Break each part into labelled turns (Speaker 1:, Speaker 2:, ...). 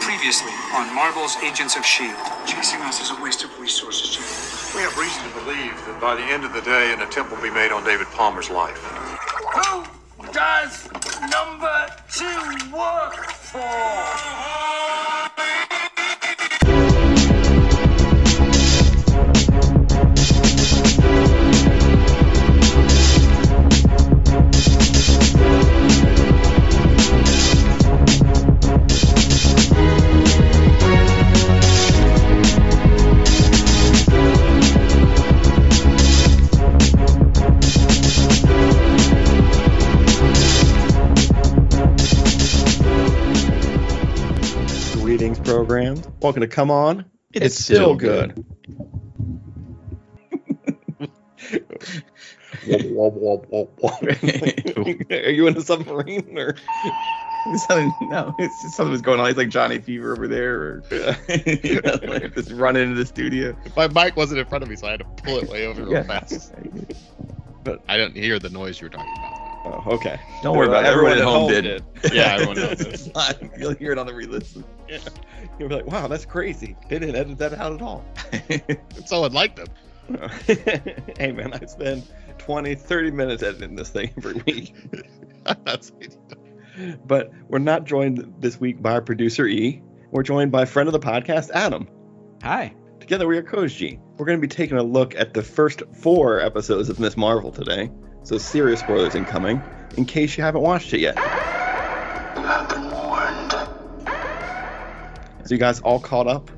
Speaker 1: previously on Marvel's Agents of S.H.I.E.L.D.
Speaker 2: Chasing us is a waste of resources, General.
Speaker 3: We have reason to believe that by the end of the day, an attempt will be made on David Palmer's life.
Speaker 4: Who does number two work for?
Speaker 5: readings program. Welcome to Come On. It's, still, good. Wub, wub, wub, wub, wub. Are you in a submarine or?
Speaker 6: Something, no, it's just something was going on. He's like Johnny Fever over there, or you know, like just running into the studio.
Speaker 7: My mic wasn't in front of me, so I had to pull it way over real
Speaker 6: Yeah.
Speaker 7: fast. I didn't hear the noise you were talking about.
Speaker 5: Oh, okay.
Speaker 6: Don't worry about it. Everyone, at home, did.
Speaker 7: Yeah, everyone knows
Speaker 6: It's fine. You'll hear it on the re-listen.
Speaker 5: You'll be like, wow, that's crazy. They didn't edit that out at all.
Speaker 7: Someone liked them.
Speaker 5: hey man, I spend 20, 30 minutes editing this thing every week.
Speaker 7: That's
Speaker 5: But we're not joined this week by producer E. We're joined by friend of the podcast, Adam.
Speaker 6: Hi.
Speaker 5: Together we are Koji. We're going to be taking a look at the first four episodes of Miss Marvel today, so serious spoilers incoming, in case you haven't watched it yet.
Speaker 2: I've been warned.
Speaker 5: So you guys all caught up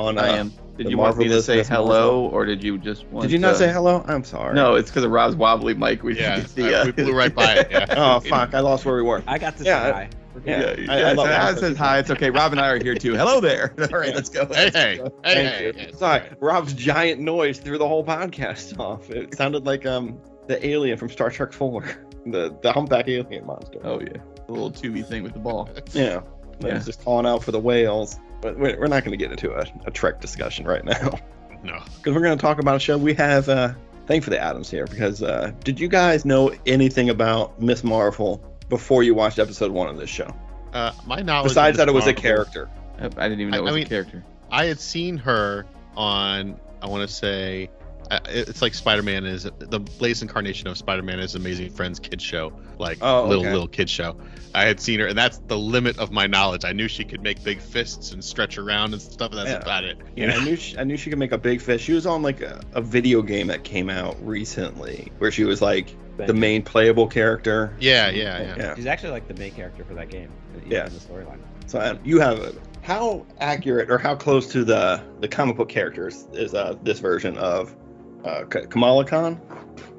Speaker 5: on? Uh,
Speaker 6: I am. Did
Speaker 5: the
Speaker 6: you want me to
Speaker 5: marvelous
Speaker 6: say
Speaker 5: Miss
Speaker 6: hello, or did you just want?
Speaker 5: Did you not
Speaker 6: to-
Speaker 5: say hello? I'm sorry.
Speaker 6: No, it's because of Rob's wobbly mic. We
Speaker 7: Yeah,
Speaker 6: didn't see,
Speaker 7: I-
Speaker 6: uh,
Speaker 7: we blew right by it. Yeah.
Speaker 5: Oh fuck! I lost where we were.
Speaker 8: I got this
Speaker 5: Yeah,
Speaker 8: yeah,
Speaker 5: I-
Speaker 6: Yeah, yeah,
Speaker 5: I- I love
Speaker 6: so Adam
Speaker 5: that.
Speaker 6: says hi. It's okay. Rob and I are here too. Hello there. All right,
Speaker 5: Yeah.
Speaker 6: let's go.
Speaker 7: Hey, hey, hey,
Speaker 5: Thank
Speaker 7: hey,
Speaker 5: you.
Speaker 7: hey.
Speaker 5: Sorry, Rob's giant noise threw the whole podcast off. It sounded like um the alien from Star Trek Four, the the humpback alien monster.
Speaker 6: Oh yeah, the little tubey thing with the ball.
Speaker 5: Yeah, that
Speaker 6: Yeah.
Speaker 5: was just calling out for the whales. But we're, we're not going to get into a, a Trek discussion right now
Speaker 7: No.
Speaker 5: because we're going to talk about a show we have. Uh, thankfully, Adams here because uh, did you guys know anything about Miss Marvel before you watched episode one of this show?
Speaker 7: Uh, my knowledge. of
Speaker 5: Besides
Speaker 7: Miss
Speaker 5: that, it was a
Speaker 7: Marvel-
Speaker 5: character.
Speaker 6: I, I didn't even
Speaker 7: I-
Speaker 6: know it was
Speaker 7: I
Speaker 6: a
Speaker 7: mean-
Speaker 6: character.
Speaker 7: I had seen her on. I want to say, I- it's like Spider-Man is the latest incarnation of Spider-Man is Amazing Friends kids show, like
Speaker 5: Oh,
Speaker 7: little
Speaker 5: okay.
Speaker 7: little kid show. I had seen her, and that's the limit of my knowledge. I knew she could make big fists and stretch around and stuff, and that's
Speaker 5: Yeah.
Speaker 7: about it.
Speaker 5: Yeah, I knew she, I knew she could make a big fish. She was on like a, a video game that came out recently where she was like the main playable character.
Speaker 7: Yeah, yeah, yeah.
Speaker 5: Yeah.
Speaker 8: She's actually like the main character for that game. even
Speaker 5: Yeah.
Speaker 8: In the storyline.
Speaker 5: So I, you have a, how accurate or how close to the the comic book characters is uh, this version of uh, K- Kamala Khan?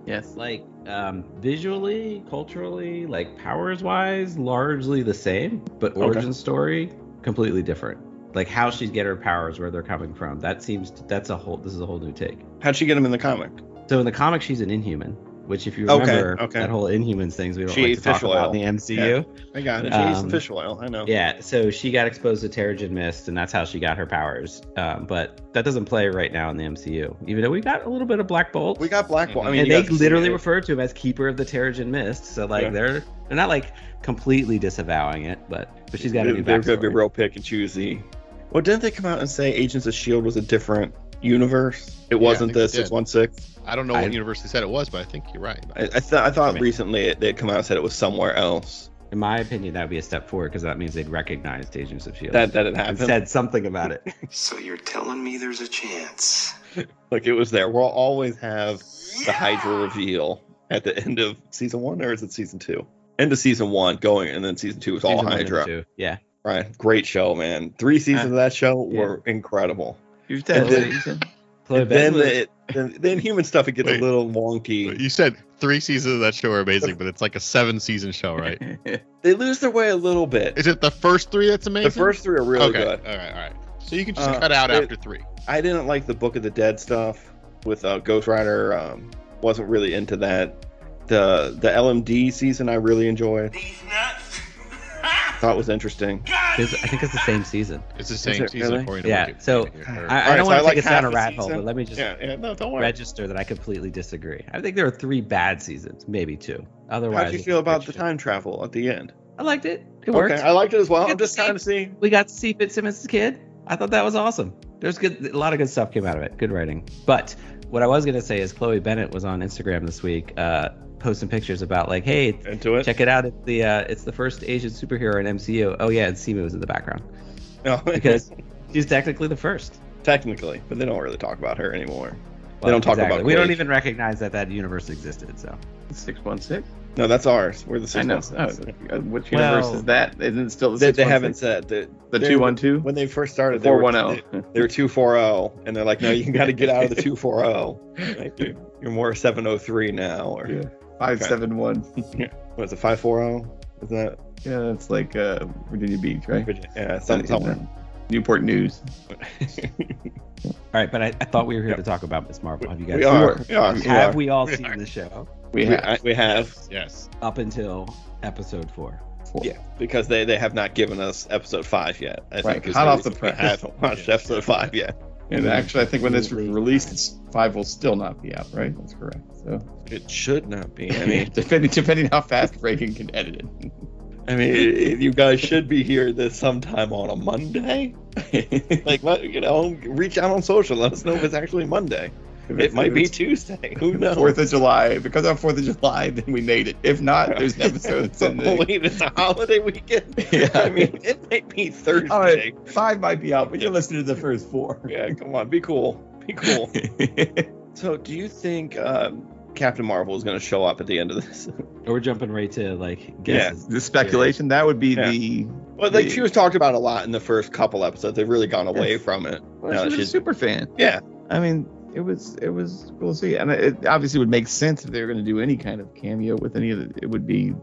Speaker 6: Yes.
Speaker 8: Like um, visually, culturally, like powers wise, largely the same, but
Speaker 5: Okay.
Speaker 8: origin story completely different. Like how she's get her powers, where they're coming from. That seems that's a whole this is a whole new take.
Speaker 5: How'd she get him in the comic?
Speaker 8: So in the comic, she's an Inhuman, which if you
Speaker 5: Okay,
Speaker 8: remember
Speaker 5: okay.
Speaker 8: that whole Inhumans things we don't
Speaker 5: She
Speaker 8: like
Speaker 5: ate
Speaker 8: to talk
Speaker 5: fish
Speaker 8: about
Speaker 5: oil.
Speaker 8: in the MCU.
Speaker 5: I got it. She ate some
Speaker 8: Um,
Speaker 5: fish oil. I know.
Speaker 8: Yeah, so she got exposed to Terrigen Mist, and that's how she got her powers. Um, but that doesn't play right now in the MCU, even though we got a little bit of Black Bolt.
Speaker 5: We got Black Bolt. I mean,
Speaker 8: and
Speaker 5: you
Speaker 8: they
Speaker 5: guys see
Speaker 8: literally
Speaker 5: it.
Speaker 8: refer to him as Keeper of the Terrigen Mist, so like
Speaker 5: Yeah.
Speaker 8: they're they're not like completely disavowing it, but but she's got a
Speaker 5: They-
Speaker 8: new
Speaker 5: They're going to be
Speaker 8: backstory.
Speaker 5: real pick and choosy. Well, didn't they come out and say Agents of Shield E was a different universe? It wasn't
Speaker 7: think
Speaker 5: the
Speaker 7: they did.
Speaker 5: six one six.
Speaker 7: I don't know what
Speaker 8: I-
Speaker 7: universe they said it was, but I think you're right.
Speaker 5: I, I, th- I thought
Speaker 8: I mean-
Speaker 5: recently it, they'd come out and said it was somewhere else.
Speaker 8: In my opinion, that would be a step forward because that means they'd recognized Agents of Shield.
Speaker 5: That that had
Speaker 8: and
Speaker 5: happened.
Speaker 8: said something about it.
Speaker 2: So you're telling me there's a chance?
Speaker 5: like it was there. We'll always have the Hydra reveal at the end of season one, or is it season two? End of season one, going, and then season two is all
Speaker 8: Season one and
Speaker 5: Hydra.
Speaker 8: two, Yeah.
Speaker 5: Right, great show, man. Three seasons of that
Speaker 8: Ah,
Speaker 5: show
Speaker 6: yeah.
Speaker 5: were incredible.
Speaker 6: You've
Speaker 5: And
Speaker 6: said,
Speaker 5: then-
Speaker 6: you said-
Speaker 8: Chloe
Speaker 5: And then
Speaker 8: Benz was-
Speaker 5: the, it, then, then human stuff it gets
Speaker 7: Wait.
Speaker 5: a little wonky.
Speaker 7: You said three seasons of that show are amazing, but it's like a seven season show, right?
Speaker 5: They lose their way a little bit.
Speaker 7: Is it the first three that's amazing?
Speaker 5: The first three are really
Speaker 7: okay.
Speaker 5: good.
Speaker 7: All right, all right. So you can just
Speaker 5: Uh,
Speaker 7: cut out
Speaker 5: it-
Speaker 7: after three.
Speaker 5: I didn't like the Book of the Dead stuff with uh, Ghost Rider. Um, wasn't really into that. The the LMD season I really enjoyed.
Speaker 4: These nuts.
Speaker 5: Thought was interesting.
Speaker 8: it's- I think it's the same season.
Speaker 7: It's the
Speaker 5: Is
Speaker 7: same
Speaker 5: it
Speaker 7: season
Speaker 5: really?
Speaker 7: according to
Speaker 8: Yeah,
Speaker 7: Wikipedia.
Speaker 8: so
Speaker 7: Or-
Speaker 8: I, I
Speaker 5: Alright,
Speaker 8: don't
Speaker 5: so
Speaker 8: want
Speaker 5: I like
Speaker 8: to take us down a
Speaker 5: half the
Speaker 8: rat hole,
Speaker 5: season.
Speaker 8: but let me just
Speaker 5: Yeah, yeah, no, don't worry.
Speaker 8: register that I completely disagree. I think there are three bad seasons, maybe two. Otherwise,
Speaker 5: How'd you
Speaker 8: it's
Speaker 5: feel
Speaker 8: a
Speaker 5: about the
Speaker 8: picture.
Speaker 5: time travel at the end?
Speaker 8: I liked it. It worked.
Speaker 5: Okay, I liked it as well.
Speaker 8: It's
Speaker 5: I'm just
Speaker 8: the
Speaker 5: trying to see.
Speaker 8: we got to see Fitzsimmons' kid. I thought that was awesome. There's good, a lot of good stuff came out of it. Good writing. But what I was gonna say is Chloe Bennett was on Instagram this week, uh, posting pictures about like, hey,
Speaker 5: Into it.
Speaker 8: check it out. It's the uh, it's the first Asian superhero in MCU. Oh yeah, and Simu was in the background
Speaker 5: No,
Speaker 8: because she's technically the first.
Speaker 5: technically, but they don't really talk about her anymore.
Speaker 8: Well,
Speaker 5: don't talk about
Speaker 8: We don't
Speaker 5: Quake.
Speaker 8: even recognize that that universe existed. So
Speaker 6: Six one six.
Speaker 5: No, that's ours. We're the
Speaker 6: I
Speaker 5: six
Speaker 6: know.
Speaker 5: months.
Speaker 6: Oh, uh, which universe
Speaker 8: Well-
Speaker 6: is that? Isn't it still the
Speaker 5: They,
Speaker 6: six
Speaker 5: they
Speaker 6: one
Speaker 5: haven't
Speaker 6: six?
Speaker 5: said that
Speaker 6: the
Speaker 5: they-
Speaker 6: two one two
Speaker 5: when they first started. They
Speaker 6: four
Speaker 5: were,
Speaker 6: one
Speaker 5: they,
Speaker 6: zero.
Speaker 5: they were two four zero, and they're like, no, you got to get out of the two four zero. You're more seven zero three now, or
Speaker 6: Yeah. Five seven one.
Speaker 5: what is it five four zero? Isn't that
Speaker 6: Yeah, that's like uh, Virginia Beach, right?
Speaker 5: yeah? it's Some, somewhere.
Speaker 6: Newport News.
Speaker 8: all right, but I, I thought we were here to talk about Miss Marvel. Have you guys?
Speaker 5: we are. We are. we
Speaker 8: Have
Speaker 5: are.
Speaker 8: we all
Speaker 7: We
Speaker 8: seen
Speaker 7: are.
Speaker 8: the show
Speaker 6: We
Speaker 5: We-
Speaker 6: have
Speaker 5: I- we have.
Speaker 7: Yes.
Speaker 8: up until episode four?
Speaker 5: Yeah, because they, they have not given us episode five yet. I
Speaker 6: Right,
Speaker 5: think is
Speaker 6: hot off the
Speaker 5: reason why I
Speaker 6: press.
Speaker 5: haven't watched episode five yet.
Speaker 6: And actually, I think when this is released, it's five will still not be out, right? That's correct. So,
Speaker 5: It should not be.
Speaker 6: I
Speaker 5: I mean,
Speaker 6: mean, depending depending how fast Reagan can edit it.
Speaker 5: I mean, it- it- you guys should be here this sometime on a Monday. like, let, you know, reach out on social. Let us know if it's actually Monday.
Speaker 6: If
Speaker 5: It
Speaker 6: it's-
Speaker 5: might
Speaker 6: if
Speaker 5: be
Speaker 6: it's
Speaker 5: Tuesday. Who knows?
Speaker 6: Fourth of July. If it comes out Fourth of July, then we made it. If not, there's episodes in the.
Speaker 5: Wait, it's a holiday weekend.
Speaker 6: Yeah.
Speaker 5: I mean, it might be Thursday.
Speaker 6: All right, five might be out, but you're listening to the first four.
Speaker 5: Yeah, come on, be cool. Be cool. so, do you think um, Captain Marvel is going to show up at the end of this?
Speaker 8: Or we're jumping right to like
Speaker 5: Yeah.
Speaker 8: guesses.
Speaker 6: the speculation that would be
Speaker 5: Yeah.
Speaker 6: the.
Speaker 5: Well, like
Speaker 6: the-
Speaker 5: she was talked about a lot in the first couple episodes. They've really gone away
Speaker 6: Yes.
Speaker 5: from it.
Speaker 6: Well,
Speaker 5: No,
Speaker 6: she was
Speaker 5: she's-
Speaker 6: a super fan.
Speaker 5: Yeah.
Speaker 6: I mean, it was it was cool to see, and it obviously would make sense if they were going to do any kind of cameo with any of the, it would be.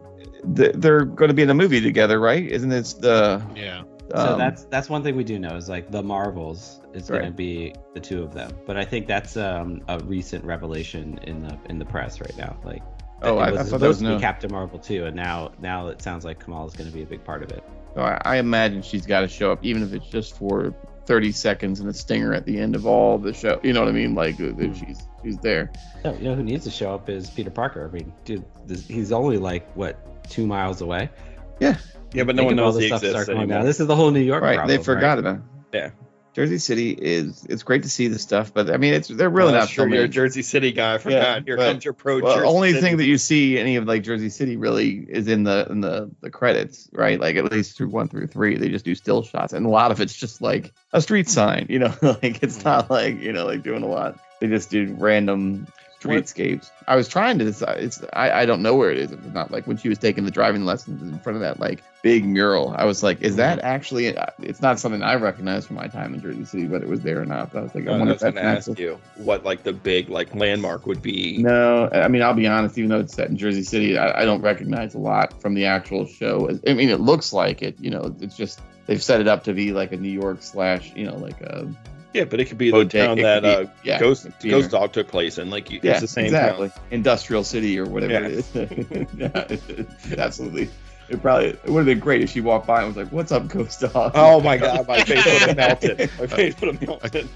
Speaker 6: th- They're going to be in a movie together, right? Isn't it the?
Speaker 7: Yeah.
Speaker 8: So
Speaker 6: um,
Speaker 8: that's that's one thing we do know is like the Marvels is going to
Speaker 6: Right.
Speaker 8: be the two of them. But I think that's um, a recent revelation in the in the press right now. Like
Speaker 6: Oh,
Speaker 8: it
Speaker 6: I, I
Speaker 8: was
Speaker 6: thought that was
Speaker 8: supposed to be
Speaker 6: no.
Speaker 8: Captain Marvel too, and now now it sounds like Kamala's going to be a big part of it.
Speaker 6: So oh, I, I imagine she's got to show up, even if it's just for 30 seconds and a stinger at the end of all the show. You know what I mean? Like uh,
Speaker 8: Hmm.
Speaker 6: that she's she's there.
Speaker 8: No, you know who needs to show up is Peter Parker. I mean, dude, this, he's only like what two miles away.
Speaker 5: Yeah, but
Speaker 8: Think of all the stuff start coming down. This is the whole New York.
Speaker 6: right?
Speaker 8: problem,
Speaker 6: They forgot about. it.
Speaker 5: Yeah.
Speaker 6: Jersey City is it's great to see the stuff, but I mean it's they're really not
Speaker 5: sure
Speaker 6: filming.
Speaker 5: you're a Jersey City guy. I forgot.
Speaker 6: Yeah,
Speaker 5: Here
Speaker 6: but-
Speaker 5: comes your pro.
Speaker 6: Well,
Speaker 5: Jersey
Speaker 6: only
Speaker 5: City.
Speaker 6: thing that you see any of like Jersey City really is in the in the the credits, right? Like at least through one through three, they just do still shots, and a lot of it's just like a street sign, you know. like
Speaker 5: Mm.
Speaker 6: it's not like you know like doing a lot. They just do random
Speaker 5: What-
Speaker 6: streetscapes. I was trying to decide. It's I I don't know where it is. If it's not like when she was taking the driving lessons in front of that like big mural. I was like, is
Speaker 5: Mm.
Speaker 6: that actually? uh, It's not something I recognize from my time in Jersey City, whether it was there or not. But I was like, I
Speaker 5: I
Speaker 6: wonder
Speaker 5: was going
Speaker 6: if that's
Speaker 5: to
Speaker 6: an
Speaker 5: ask
Speaker 6: actual
Speaker 5: you what like the big like landmark would be.
Speaker 6: no, I mean I'll be honest. Even though it's set in Jersey City, I, I don't recognize a lot from the actual show. I mean, it looks like it. You know, it's just they've set it up to be like a New York slash, you know, like a
Speaker 5: Yeah, but it could be the
Speaker 6: bodega-
Speaker 5: town
Speaker 6: it
Speaker 5: that
Speaker 6: could
Speaker 5: uh,
Speaker 6: be- yeah,
Speaker 5: Ghost
Speaker 6: theater.
Speaker 5: Ghost Dog took place in. Like you,
Speaker 6: yeah,
Speaker 5: it's the same
Speaker 6: exactly
Speaker 5: town.
Speaker 6: industrial city or whatever
Speaker 5: Yeah.
Speaker 6: it is. yeah, it's absolutely. It probably it would have been great if she walked by and was like, "What's up, Ghost Dog?"
Speaker 5: Oh my god, my face would have melted. My face would have melted.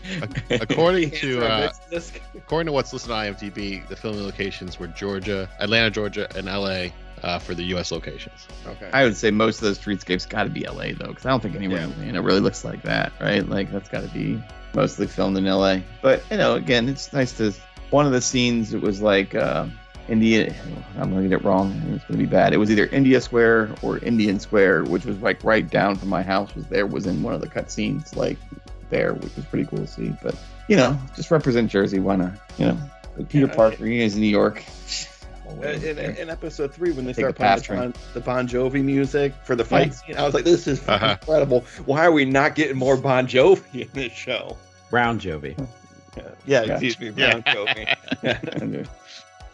Speaker 7: According to uh,
Speaker 5: This-
Speaker 7: according to what's listed on IMDb, the filming locations were Georgia, Atlanta, Georgia, and LA uh, for the U.S. locations.
Speaker 5: okay.
Speaker 6: I would say most of those streetscapes got to be LA though, because I don't think anywhere in Atlanta really looks like that, right? Like that's got to be mostly filmed in LA. But you know, again, it's nice to. One of the scenes it was like uh, India. I'm gonna get it wrong. and It's gonna be bad. It was either India Square or Indian Square, which was like right down from my house. Was there was in one of the cut scenes like there, which was pretty cool to see. But you know, just represent Jersey. Why not? You know, But Peter
Speaker 5: Yeah.
Speaker 6: Parker he is in New York.
Speaker 5: Uh, In, in, in episode three, when they
Speaker 6: Take
Speaker 5: start
Speaker 6: the pass
Speaker 5: playing the bon, the bon Jovi music for the fight
Speaker 6: Yeah.
Speaker 5: scene, I was like, "This is
Speaker 7: Uh-huh.
Speaker 5: incredible! Why are we not getting more Bon Jovi in this show?"
Speaker 8: Round Jovi.
Speaker 5: Yeah,
Speaker 6: Yeah.
Speaker 5: excuse me,
Speaker 7: Yeah.
Speaker 5: Bon Jovi.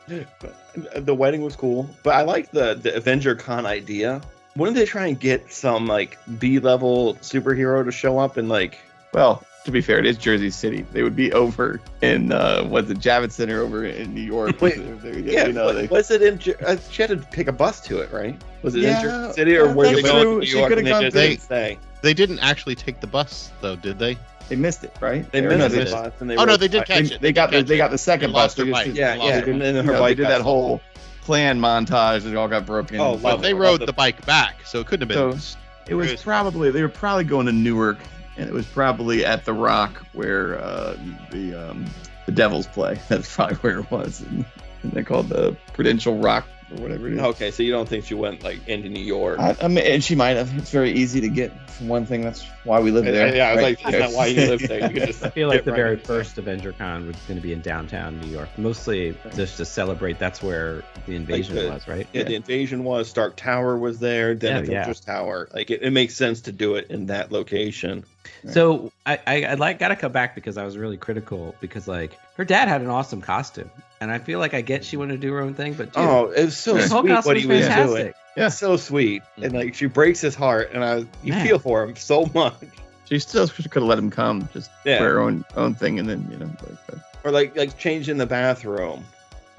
Speaker 5: But the wedding was cool, but I like the the Avenger Con idea. Wouldn't they try and get some like B level superhero to show up and like?
Speaker 6: Well, to be fair, it is Jersey City. They would be over in uh, what's the Javits Center over in New York.
Speaker 5: Wait,
Speaker 6: They- they-
Speaker 5: Yeah,
Speaker 6: you know,
Speaker 5: wa-
Speaker 6: they-
Speaker 5: was it in? Jer- uh, She had to take a bus to it, right? Was it
Speaker 6: Yeah,
Speaker 5: in Jersey City or
Speaker 6: yeah,
Speaker 5: where
Speaker 6: that's
Speaker 5: they went to
Speaker 6: true.
Speaker 5: New
Speaker 6: She
Speaker 5: York?
Speaker 6: could've
Speaker 5: and
Speaker 6: gone
Speaker 5: they just
Speaker 7: through.
Speaker 5: didn't say.
Speaker 7: They didn't actually take the bus though, did they?
Speaker 6: they missed it, right?
Speaker 5: They
Speaker 6: Or no,
Speaker 5: missed
Speaker 6: they
Speaker 5: the
Speaker 7: missed
Speaker 5: bus and they
Speaker 7: oh no,
Speaker 5: rode
Speaker 7: they
Speaker 5: by.
Speaker 7: did catch
Speaker 6: they,
Speaker 7: it.
Speaker 6: they got the,
Speaker 7: catch
Speaker 6: they
Speaker 7: it.
Speaker 6: got the second
Speaker 7: They
Speaker 6: bus.
Speaker 7: lost
Speaker 6: They
Speaker 7: their
Speaker 6: just
Speaker 7: bike.
Speaker 6: did-
Speaker 5: Yeah,
Speaker 7: Lost
Speaker 5: yeah.
Speaker 7: it.
Speaker 5: And then
Speaker 6: you
Speaker 5: her
Speaker 6: know, they
Speaker 5: bike
Speaker 6: did
Speaker 5: got
Speaker 6: that whole plan montage that all got broken.
Speaker 5: Oh,
Speaker 6: into.
Speaker 7: But
Speaker 5: love
Speaker 7: they
Speaker 5: it.
Speaker 7: rode the bike back, so it couldn't have been.
Speaker 6: It was
Speaker 7: Good.
Speaker 6: probably they were probably going to Newark, and it was probably at the Rock where uh, the um, the Devils play. That's probably where it was. And, and they called the Prudential Rock or whatever it is.
Speaker 5: Mm-hmm. Okay, so you don't think she went like into New York?
Speaker 6: I, I mean, and she might have. It's very easy to get from one thing. That's why we live there.
Speaker 5: yeah, I was
Speaker 6: right?
Speaker 5: like, that's not why you live there. You could just
Speaker 8: I feel
Speaker 5: get
Speaker 8: like the
Speaker 5: right
Speaker 8: very
Speaker 5: into it.
Speaker 8: first Avenger Con was going to be in downtown New York, mostly just to celebrate. That's where the invasion
Speaker 5: the-
Speaker 8: was, right?
Speaker 5: Yeah, the invasion was Stark Tower was there, then
Speaker 8: Yeah,
Speaker 5: Avengers Tower. Like it, it makes sense to do it in that location.
Speaker 8: So I, I, I like gotta come back because I was really critical because like her dad had an awesome costume, and I feel like I get she wanted to do her own thing, but dude,
Speaker 5: Mm-hmm. Oh, it was so
Speaker 6: Yeah.
Speaker 8: his whole
Speaker 5: sweet
Speaker 8: costume
Speaker 5: what
Speaker 8: was
Speaker 5: he was
Speaker 8: fantastic.
Speaker 5: doing. So sweet, and like she breaks his heart, and I you
Speaker 8: Man.
Speaker 5: feel for him so much.
Speaker 6: She still could have let him come, just
Speaker 5: Yeah.
Speaker 6: for her own own thing, and then you know. Like, uh,
Speaker 5: Or like like change in the bathroom.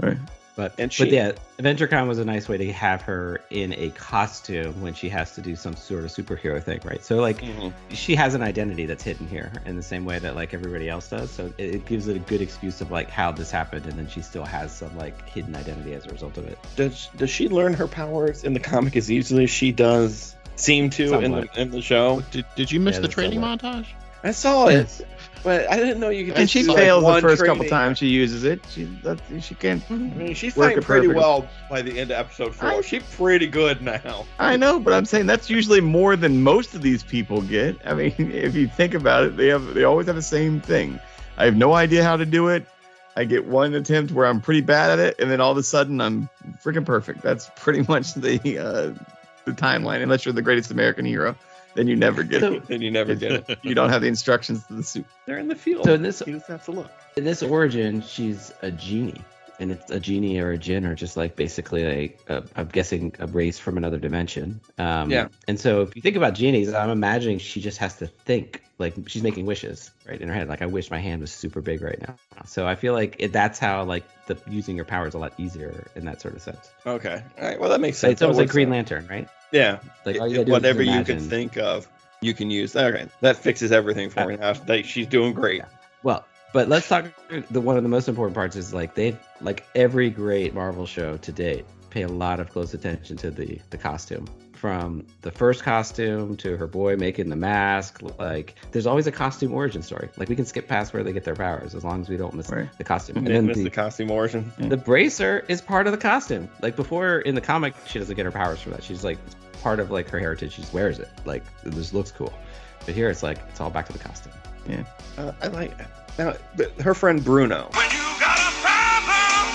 Speaker 6: right.
Speaker 8: But
Speaker 5: And
Speaker 8: but
Speaker 5: she-
Speaker 8: yeah, AvengerCon was a nice way to have her in a costume when she has to do some sort of superhero thing, right? So like she has an identity that's hidden here in the same way that like everybody else does. So it, it gives it a good excuse of like how this happened, and then she still has some like hidden identity as a result of it.
Speaker 5: Does does she learn her powers in the comic as easily as she does seem to in the,
Speaker 8: Somewhat.
Speaker 5: in the show?
Speaker 7: Did, did you miss
Speaker 8: Yeah,
Speaker 7: the
Speaker 8: that's
Speaker 7: training
Speaker 8: not
Speaker 7: montage?
Speaker 5: I saw
Speaker 8: Hmm.
Speaker 5: it, but I didn't know you could.
Speaker 6: And
Speaker 5: just
Speaker 6: she
Speaker 5: do, like,
Speaker 6: fails
Speaker 5: one
Speaker 6: the first couple
Speaker 5: training. Mm-hmm.
Speaker 6: times she uses it. She that, she can't.
Speaker 5: I mean, she's
Speaker 6: Work
Speaker 5: fighting
Speaker 6: it
Speaker 5: pretty
Speaker 6: perfect.
Speaker 5: well by the end of episode four.
Speaker 6: I-
Speaker 5: She's pretty good now.
Speaker 6: I know, but I'm saying that's usually more than most of these people get. I mean, if you think about it, they have they always have the same thing. I have no idea how to do it. I get one attempt where I'm pretty bad at it, and then all of a sudden I'm freaking perfect. That's pretty much the uh, the timeline. Unless you're the greatest American hero, then you never get it.
Speaker 5: and you never get it.
Speaker 6: You don't have the instructions to the suit.
Speaker 5: They're in the field.
Speaker 8: So in this
Speaker 5: you just have to look.
Speaker 8: in this origin, she's a genie, and it's a genie or a jinn or just like basically like a, I'm guessing a race from another dimension. Um,
Speaker 5: Yeah.
Speaker 8: And so if you think about genies, I'm imagining she just has to think like she's making wishes right in her head. Like I wish my hand was super big right now. So I feel like it, that's how like the using your power is a lot easier in that sort of sense.
Speaker 5: Okay. All right. Well, that makes
Speaker 8: So
Speaker 5: sense.
Speaker 8: it's almost
Speaker 5: That
Speaker 8: like
Speaker 5: works
Speaker 8: Green
Speaker 5: out.
Speaker 8: Lantern, right?
Speaker 5: Yeah.
Speaker 8: Like
Speaker 5: It-
Speaker 8: all you
Speaker 5: it-
Speaker 8: gotta do
Speaker 5: whatever
Speaker 8: is
Speaker 5: you
Speaker 8: imagine.
Speaker 5: can think of, you can use. All right. That fixes everything for me
Speaker 8: Uh,
Speaker 5: now. Like, she's doing great.
Speaker 8: Well, but let's talk. The one of the most important parts is like they've like every great Marvel show to date pay a lot of close attention to the the costume from the first costume to her boy making the mask like there's always a costume origin story like we can skip past where they get their powers as long as we don't miss
Speaker 6: Right.
Speaker 8: the costume
Speaker 5: And
Speaker 8: and then
Speaker 5: then Mm-hmm. the
Speaker 8: the,
Speaker 5: costume origin.
Speaker 8: the bracer is part of the costume like before in the comic she doesn't get her powers from that she's like it's part of like her heritage she just wears it like it just looks cool but here it's like it's all back to the costume
Speaker 5: Uh, I like. Now, but her friend Bruno.
Speaker 4: When you got a problem,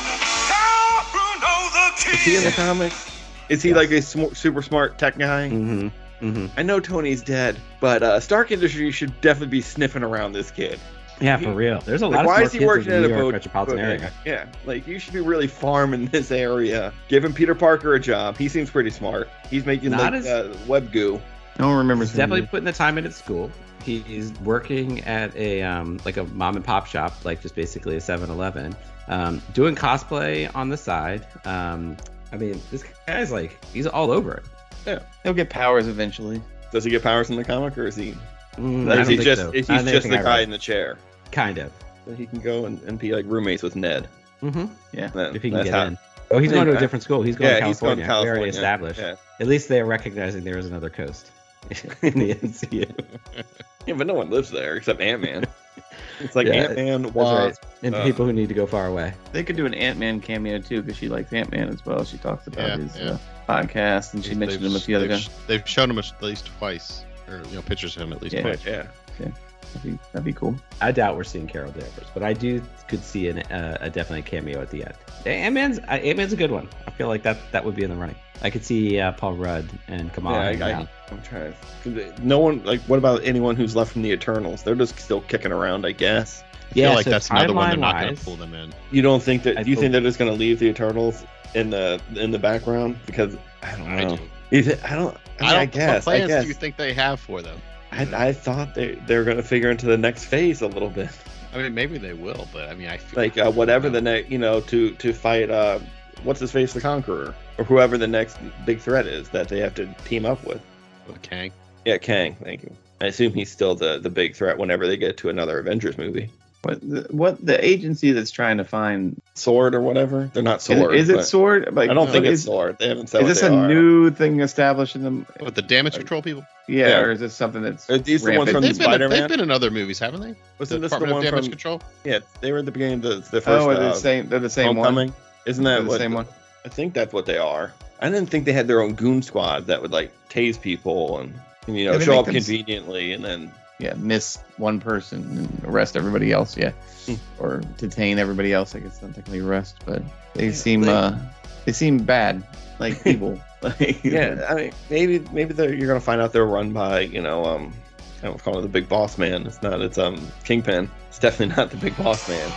Speaker 4: tell Bruno the
Speaker 5: Is he in the
Speaker 4: Kid.
Speaker 5: comics? Is he
Speaker 8: Yes.
Speaker 5: like a sm- super smart tech guy?
Speaker 8: mm-hmm mm-hmm
Speaker 5: I know Tony's dead, but uh, Stark Industries should definitely be sniffing around this kid.
Speaker 8: Yeah,
Speaker 5: He-
Speaker 8: for real. There's a
Speaker 5: Like,
Speaker 8: lot of
Speaker 5: why
Speaker 8: smart
Speaker 5: is he
Speaker 8: kids
Speaker 5: working
Speaker 8: in
Speaker 5: at
Speaker 8: the
Speaker 5: a
Speaker 8: New York
Speaker 5: boat? Mm-hmm.
Speaker 8: metropolitan
Speaker 5: boat-
Speaker 8: area.
Speaker 5: Yeah, like you should be really farming this area. Giving Peter Parker a job. He seems pretty smart. He's making like
Speaker 8: Not as-
Speaker 5: uh, web goo.
Speaker 6: No one remembers.
Speaker 8: He's definitely putting the time in at school. He- He's working at a um, like a mom and pop shop, like just basically a 7-Eleven, um, doing cosplay on the side. Um, I mean, this guy's like he's all over it.
Speaker 6: He'll get powers eventually.
Speaker 5: Does he get powers in the comic, or is he?
Speaker 8: Mm,
Speaker 5: Is
Speaker 8: I don't
Speaker 5: he
Speaker 8: think
Speaker 5: just
Speaker 8: so.
Speaker 5: is
Speaker 8: Not
Speaker 5: he's
Speaker 8: in
Speaker 5: just
Speaker 8: anything
Speaker 5: the
Speaker 8: I
Speaker 5: guy
Speaker 8: read.
Speaker 5: in the chair?
Speaker 8: Kind of.
Speaker 5: So he can go and, and be like roommates with Ned.
Speaker 8: hmm
Speaker 5: That-
Speaker 8: If he can
Speaker 5: that's
Speaker 8: get
Speaker 5: how-
Speaker 8: in. Oh, he's going to a
Speaker 5: Yeah.
Speaker 8: different school. He's going
Speaker 5: Yeah,
Speaker 8: to
Speaker 5: he's going to
Speaker 8: California. Very
Speaker 5: California.
Speaker 8: established.
Speaker 5: Yeah.
Speaker 8: At least they are recognizing there is another coast in the MCU.
Speaker 5: yeah, but no one lives there except Ant Man. it's like
Speaker 8: Yeah,
Speaker 5: Ant Man,
Speaker 8: That's right.
Speaker 5: Wasp.
Speaker 8: And
Speaker 5: Uh,
Speaker 8: people who need to go far away.
Speaker 6: They could do an Ant Man cameo too, because she likes Ant Man as well. She talks about
Speaker 7: Yeah,
Speaker 6: his
Speaker 7: yeah.
Speaker 6: Uh, podcast, and she
Speaker 7: They've-
Speaker 6: mentioned him a few other
Speaker 7: they've,
Speaker 6: times.
Speaker 7: they've shown him at least twice, or you know, pictures of him at least
Speaker 6: Yeah.
Speaker 7: twice.
Speaker 5: Yeah.
Speaker 6: That'd be, that'd be cool.
Speaker 8: I doubt we're seeing Carol Danvers, but I do could see an, uh, a definite cameo at the end. Ant Man's Ant Man's a good one. I feel like that that would be in the running. I could see uh, Paul Rudd and Kamala.
Speaker 5: Yeah, I-
Speaker 8: hanging
Speaker 5: I-
Speaker 8: out.
Speaker 5: I'm trying. to- 'cause they- No one like. What about anyone who's left from the Eternals? They're just still kicking around, I guess.
Speaker 7: I feel
Speaker 8: Yeah,
Speaker 7: like
Speaker 8: so
Speaker 7: that's another one they're not going
Speaker 8: timeline-wise-
Speaker 7: to pull them in.
Speaker 5: You don't think that?
Speaker 8: I
Speaker 5: do you
Speaker 8: don't-
Speaker 5: think they're just gonna leave the Eternals in the in the background? Because I don't
Speaker 7: I
Speaker 5: know.
Speaker 7: do.
Speaker 5: Is it, I don't. I, mean, I
Speaker 7: don't- What
Speaker 5: guess. I
Speaker 7: plans
Speaker 5: guess.
Speaker 7: do you think they have for them?
Speaker 5: I, I thought they they're gonna figure into the next phase a little bit,
Speaker 7: I mean, maybe they will, but I mean, I feel
Speaker 5: like uh, whatever the next, you know, to to fight uh, what's his face, the Conqueror, or whoever the next big threat is that they have to team up with.
Speaker 7: Okay.
Speaker 5: Yeah, Kang. Thank you. I assume he's still the the big threat whenever they get to another Avengers movie.
Speaker 6: What the, what the agency that's trying to find
Speaker 5: Sword or whatever. They're not
Speaker 6: is it-
Speaker 5: sword.
Speaker 6: is, it
Speaker 5: but-
Speaker 6: sword? Like,
Speaker 5: I don't think it's
Speaker 6: is,
Speaker 5: sword. They haven't said.
Speaker 6: Is
Speaker 5: what
Speaker 6: this
Speaker 5: they
Speaker 6: a
Speaker 5: are.
Speaker 6: new thing established in the
Speaker 7: But the damage control people.
Speaker 6: yeah,
Speaker 5: Yeah.
Speaker 6: or is this something that's
Speaker 5: Are these the ones from
Speaker 6: Rampage.
Speaker 7: They've been,
Speaker 5: Spider-Man?
Speaker 7: they've been in other movies, haven't they?
Speaker 5: Wasn't
Speaker 7: the
Speaker 5: this the
Speaker 7: Department
Speaker 5: one
Speaker 7: of Damage
Speaker 5: from?
Speaker 7: Control.
Speaker 5: Yeah, they were at the beginning of the, the first.
Speaker 6: oh, are they
Speaker 5: uh,
Speaker 6: the same? They're the same
Speaker 5: Homecoming.
Speaker 6: one.
Speaker 5: Isn't
Speaker 6: They're
Speaker 5: that
Speaker 6: the
Speaker 5: what,
Speaker 6: same one.
Speaker 5: I think that's what they are. I didn't think they had their own goon squad that would like tase people and, and, you know
Speaker 6: Yeah, they
Speaker 5: show
Speaker 6: make
Speaker 5: up
Speaker 6: them s-
Speaker 5: conveniently and then
Speaker 6: Yeah, miss one person and arrest everybody else. Yeah,
Speaker 5: Hmm.
Speaker 6: or detain everybody else. I guess not technically arrest, but they
Speaker 5: Yeah,
Speaker 6: seem
Speaker 5: they-
Speaker 6: uh they seem bad, like people. Like,
Speaker 5: yeah. I mean, maybe maybe they're, you're gonna find out they're run by you know um I don't call it the big boss man. It's not. It's um Kingpin. It's definitely not the big boss man.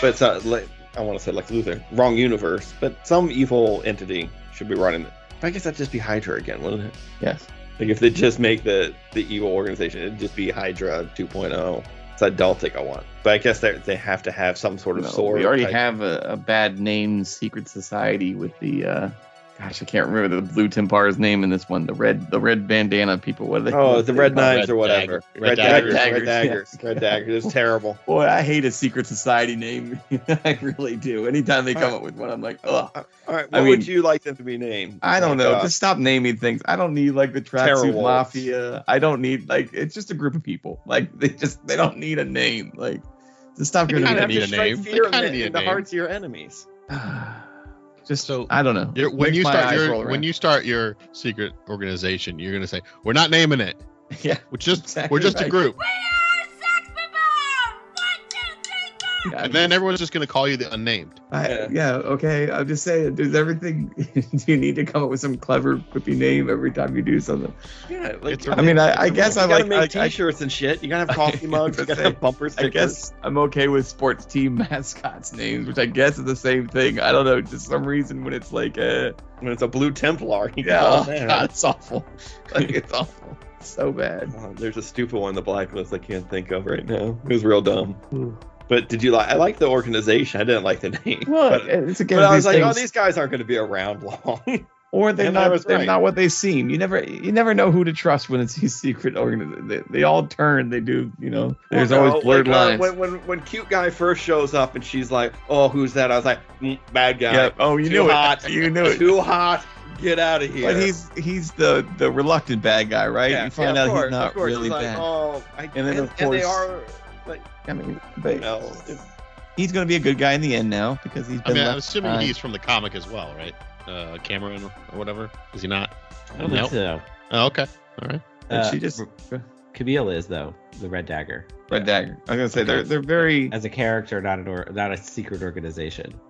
Speaker 5: But it's not like I want to say like Luther. Wrong universe. But some evil entity should be running it. But I guess that'd just be Hydra again, wouldn't it?
Speaker 6: Yes.
Speaker 5: Like if they just make the the evil organization, it'd just be Hydra 2.0. It's a Deltic I want, but I guess they they have to have some sort of
Speaker 6: No,
Speaker 5: sword.
Speaker 6: we already
Speaker 5: type-
Speaker 6: have a, a bad named secret society with the uh gosh, I can't remember the blue Tempar's name in this one. The red the red bandana people. What are they?
Speaker 5: Oh, the red
Speaker 7: Red
Speaker 5: knives or whatever.
Speaker 7: dagger-
Speaker 5: Red
Speaker 7: red
Speaker 5: daggers. Red
Speaker 6: daggers.
Speaker 5: daggers. Red daggers. It's terrible.
Speaker 6: Boy, I hate a secret society name. I really do. Anytime they come up with one, I'm like, oh,
Speaker 5: All right, what
Speaker 6: I
Speaker 5: would
Speaker 6: mean-
Speaker 5: you like them to be named?
Speaker 6: I don't know.
Speaker 5: Uh,
Speaker 6: Just stop naming things. I don't need like the
Speaker 5: Terror
Speaker 6: tracksuit
Speaker 5: Wolves.
Speaker 6: mafia. I don't need like it's just a group of people. Like they just they don't need a name. Like just stop
Speaker 7: They
Speaker 5: you
Speaker 6: giving
Speaker 7: kinda
Speaker 5: have
Speaker 6: me
Speaker 7: need
Speaker 5: to
Speaker 7: a
Speaker 5: strike
Speaker 7: name. They
Speaker 5: fear in
Speaker 7: kinda
Speaker 5: the,
Speaker 7: need a
Speaker 5: in the
Speaker 7: name.
Speaker 5: hearts of your enemies.
Speaker 6: just
Speaker 7: So-
Speaker 6: I don't know.
Speaker 7: You're, when
Speaker 6: Makes
Speaker 7: you
Speaker 6: my
Speaker 7: start
Speaker 6: eyes roll
Speaker 7: your
Speaker 6: around.
Speaker 7: when you start your secret organization, you're gonna say, "We're not naming it.
Speaker 6: yeah.
Speaker 7: We're just
Speaker 6: Exactly
Speaker 7: we're just a
Speaker 6: right.
Speaker 7: group."
Speaker 6: yeah,
Speaker 7: And then everyone's just gonna call you the unnamed.
Speaker 6: I,
Speaker 5: Yeah.
Speaker 6: yeah. okay. I'm just saying, does everything? do you need to come up with some clever, quippy name every time you do something?
Speaker 5: Yeah,
Speaker 7: It's
Speaker 6: I mean, I, I guess
Speaker 5: you
Speaker 6: I
Speaker 5: gotta
Speaker 6: like.
Speaker 5: make
Speaker 6: I, I,
Speaker 5: T-shirts and shit. You gotta have coffee
Speaker 6: I
Speaker 5: mugs. You
Speaker 6: was
Speaker 5: gotta
Speaker 6: saying,
Speaker 5: have bumper
Speaker 6: I
Speaker 5: stickers.
Speaker 6: guess I'm okay with sports team mascots names, which I guess is the same thing. I don't know. Just some reason when it's like a
Speaker 5: when it's a blue Templar, you
Speaker 6: yeah,
Speaker 5: yeah.
Speaker 6: oh, God, it's awful. Like it's awful. It's so bad.
Speaker 5: Uh, there's a stupid one on the blacklist I can't think of right now. It was real dumb. But did you like? I like the organization. I didn't like the name.
Speaker 6: Well,
Speaker 5: but,
Speaker 6: it's again
Speaker 5: but I
Speaker 6: these
Speaker 5: was like, oh,
Speaker 6: things,
Speaker 5: these guys aren't going to be around long.
Speaker 6: or they're
Speaker 5: and I
Speaker 6: not
Speaker 5: was
Speaker 6: they're
Speaker 5: right.
Speaker 6: not what they seem. You never you never know who to trust when it's these secret organizations. They, they all turn. They do. You know, there's
Speaker 5: Well, no,
Speaker 6: always blurred
Speaker 5: like, uh,
Speaker 6: lines.
Speaker 5: when, when when cute guy first shows up and she's like, oh, who's that? I was like, mm, bad guy.
Speaker 6: Yeah. Oh, you
Speaker 5: Too
Speaker 6: knew
Speaker 5: hot.
Speaker 6: it. You knew it.
Speaker 5: Too hot. Get out of here.
Speaker 6: But he's he's the the reluctant bad guy, right?
Speaker 5: Yeah,
Speaker 6: you find
Speaker 5: yeah, of
Speaker 6: out
Speaker 5: course,
Speaker 6: he's
Speaker 5: of
Speaker 6: not
Speaker 5: course. It's
Speaker 6: really
Speaker 5: like,
Speaker 6: bad.
Speaker 5: Oh, I,
Speaker 6: And then, of
Speaker 5: they
Speaker 6: course-
Speaker 5: are like,
Speaker 6: I mean,
Speaker 5: you
Speaker 6: but
Speaker 5: know, it's-
Speaker 6: he's gonna be a good guy in the end now because he's
Speaker 7: I
Speaker 6: been.
Speaker 7: mean, I'm
Speaker 6: left
Speaker 7: assuming
Speaker 6: behind.
Speaker 7: he's from the comic as well, right? Uh, Cameron or whatever. Is he not?
Speaker 8: I don't
Speaker 7: Nope.
Speaker 8: think so.
Speaker 7: Oh, okay. All right.
Speaker 6: But
Speaker 8: Uh,
Speaker 6: she just
Speaker 8: Camille is though the Red Dagger
Speaker 6: Red Dagger. I was gonna say they're they're very.
Speaker 8: as a character, not an or not a secret organization.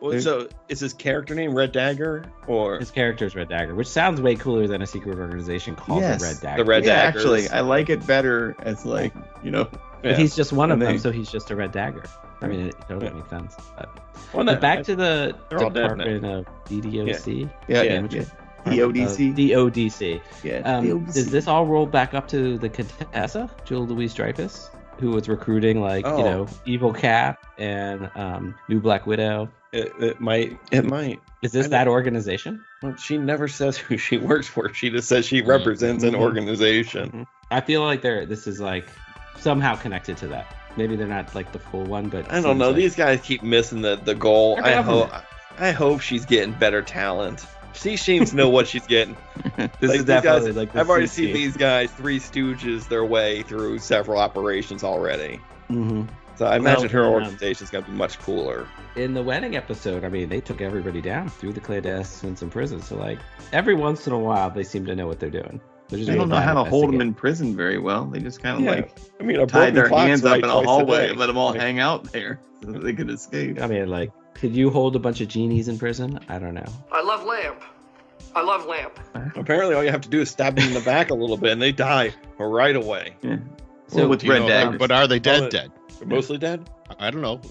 Speaker 5: well, so is his character name Red Dagger or
Speaker 8: His character is Red Dagger, which sounds way cooler than a secret organization called
Speaker 6: Yes,
Speaker 8: the Red
Speaker 6: the
Speaker 8: Dagger.
Speaker 5: Red
Speaker 6: yeah,
Speaker 5: Daggers.
Speaker 6: actually, I like it better as like you know.
Speaker 8: But he's just one of
Speaker 6: And
Speaker 8: them,
Speaker 6: they-
Speaker 8: so he's just a Red Dagger. I mean, it totally
Speaker 5: Yeah.
Speaker 8: makes sense. But,
Speaker 5: Well,
Speaker 8: but
Speaker 5: no,
Speaker 8: back to the
Speaker 5: they're all dead now.
Speaker 8: Department of DDOC.
Speaker 5: Yeah.
Speaker 6: Yeah, yeah,
Speaker 8: Which
Speaker 6: yeah.
Speaker 8: Department of
Speaker 6: DODC.
Speaker 8: DODC.
Speaker 6: Yeah.
Speaker 8: Um,
Speaker 6: DODC.
Speaker 8: does this all roll back up to the Contessa, Jill Louise Dreyfus, who was recruiting like
Speaker 5: Oh.
Speaker 8: you know Evil Cap and um, New Black Widow?
Speaker 5: It, it might. It might.
Speaker 8: Is this
Speaker 5: I
Speaker 8: that organization?
Speaker 5: Well, she never says who she works for. She just says
Speaker 6: Mm-hmm.
Speaker 5: she represents an
Speaker 8: Mhm.
Speaker 5: organization.
Speaker 8: I feel like they're this is like somehow connected to that. Maybe they're not like the full one, but it
Speaker 5: I don't
Speaker 8: seems
Speaker 5: know.
Speaker 8: like-
Speaker 5: These guys keep missing the, the goal.
Speaker 8: They're
Speaker 5: I hope
Speaker 8: government.
Speaker 5: I hope she's getting better talent. She seems to know what she's getting.
Speaker 8: This
Speaker 5: like,
Speaker 8: is
Speaker 5: these guys-
Speaker 8: definitely like the
Speaker 5: I've already seen
Speaker 8: C-suite.
Speaker 5: these guys three stooges their way through several operations already.
Speaker 8: Mhm.
Speaker 6: Mm-hmm.
Speaker 5: So I imagine her
Speaker 8: um,
Speaker 5: organization's gonna be much cooler.
Speaker 8: in the wedding episode. I mean, they took everybody down through the clandestines and prisons. So like every once in a while, they seem to know what they're doing. They're just
Speaker 6: They
Speaker 8: real
Speaker 6: don't know
Speaker 8: bad
Speaker 6: how to hold them
Speaker 8: investigators.
Speaker 6: in prison very well. They just kind of
Speaker 5: Yeah.
Speaker 6: like
Speaker 5: I mean, a
Speaker 6: tied
Speaker 5: broken
Speaker 6: their
Speaker 5: clock's
Speaker 6: hands up
Speaker 5: right
Speaker 6: in a
Speaker 5: twice
Speaker 6: hallway
Speaker 5: day.
Speaker 6: and let them all
Speaker 5: Like,
Speaker 6: hang out there so that they could escape.
Speaker 8: I mean, like, could you hold a bunch of genies in prison? I don't know.
Speaker 9: I love lamp. I love lamp.
Speaker 5: Apparently, all you have to do is stab them in the back a little bit, and they die right away.
Speaker 8: So
Speaker 6: Well, with
Speaker 7: Do you
Speaker 6: red
Speaker 7: know- uh,
Speaker 6: daggers.
Speaker 7: But are they
Speaker 5: Well,
Speaker 7: dead? Dead?
Speaker 5: They're mostly dead.
Speaker 7: I don't know.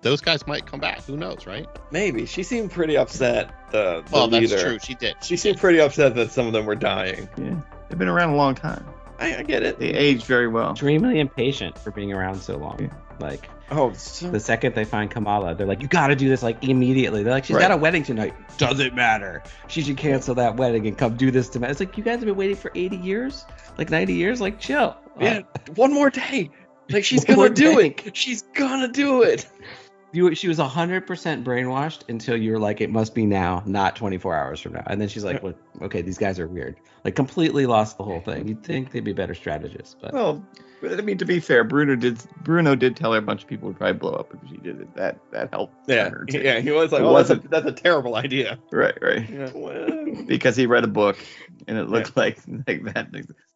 Speaker 7: Those guys might come back. Who knows, right?
Speaker 5: Maybe she seemed pretty upset. The, the
Speaker 7: Well,
Speaker 5: leader.
Speaker 7: that's true. She did.
Speaker 5: She seemed pretty upset that some of them were dying.
Speaker 6: yeah. They've been around a long time.
Speaker 5: I, I get it.
Speaker 6: They aged very well.
Speaker 8: extremely impatient for being around so long.
Speaker 6: Yeah.
Speaker 8: Like
Speaker 5: Oh, so,
Speaker 8: the second they find Kamala, they're like, "You got to do this like immediately." They're like, "She's
Speaker 6: Right.
Speaker 8: got a wedding tonight. Doesn't matter. She should cancel that wedding and come do this tonight." It's like you guys have been waiting for eighty years, like ninety years. Like chill. Uh,
Speaker 5: Yeah, one more day. Like she's
Speaker 8: One more
Speaker 5: gonna do
Speaker 8: day.
Speaker 5: it. She's gonna do it.
Speaker 8: You, she was 100% brainwashed until you were like, it must be now, not 24 hours from now. And then she's like, well, okay, these guys are weird. Like, completely lost the whole thing. You'd think they'd be better strategists, but
Speaker 6: Well, I mean to be fair, Bruno did Bruno did tell her a bunch of people would probably blow up if she did it. That that helped. her too.
Speaker 5: yeah. He was like,
Speaker 6: It
Speaker 5: "Oh, that's a,
Speaker 6: wasn't-
Speaker 5: that's a terrible idea."
Speaker 6: Right, right.
Speaker 5: Well,
Speaker 6: because he read a book and it looked like like that.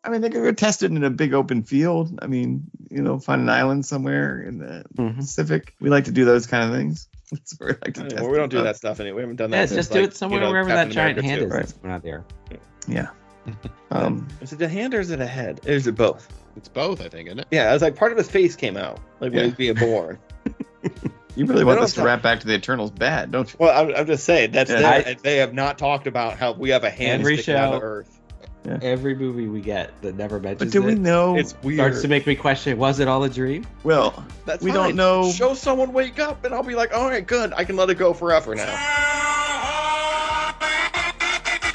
Speaker 6: I mean, they could go test it in a big open field. I mean, you know, find an island somewhere in the
Speaker 5: Mm-hmm.
Speaker 8: Mhm.
Speaker 6: Pacific. We like to do those kind of things. That's where we like to test.
Speaker 5: we don't do
Speaker 6: stuff.
Speaker 5: that stuff anyway. We haven't done that.
Speaker 8: yeah,
Speaker 5: since,
Speaker 8: just do
Speaker 5: like,
Speaker 8: it somewhere
Speaker 5: you know,
Speaker 8: wherever
Speaker 5: Captain
Speaker 8: that giant
Speaker 5: America
Speaker 8: hand
Speaker 5: too.
Speaker 8: is
Speaker 6: right?
Speaker 8: that's going out there.
Speaker 6: Um,
Speaker 5: Is it the hand or is it a head? Or is it both?
Speaker 7: It's both, I think, isn't it?
Speaker 5: Yeah, I was like, part of his face came out, like
Speaker 6: Yeah.
Speaker 5: when he's being born.
Speaker 6: you really
Speaker 5: They
Speaker 6: want
Speaker 5: don't
Speaker 6: this to
Speaker 5: talk-
Speaker 6: wrap back to the Eternals bad, don't you?
Speaker 5: Well, I'm, I'm just saying that's
Speaker 6: Yeah.
Speaker 5: their-
Speaker 8: I-
Speaker 5: they have not talked about how we have a hand
Speaker 8: Every
Speaker 5: sticking out
Speaker 8: show-
Speaker 5: of Earth.
Speaker 8: Every movie we get that never
Speaker 6: But
Speaker 8: mentions
Speaker 6: do we
Speaker 8: it
Speaker 6: know?
Speaker 5: It's weird.
Speaker 8: starts to make me question, was it all a dream?
Speaker 6: well,
Speaker 5: That's
Speaker 6: we don't
Speaker 5: fine.
Speaker 6: know.
Speaker 5: Show someone wake up, and I'll be like, all right, good. I can let it go forever now.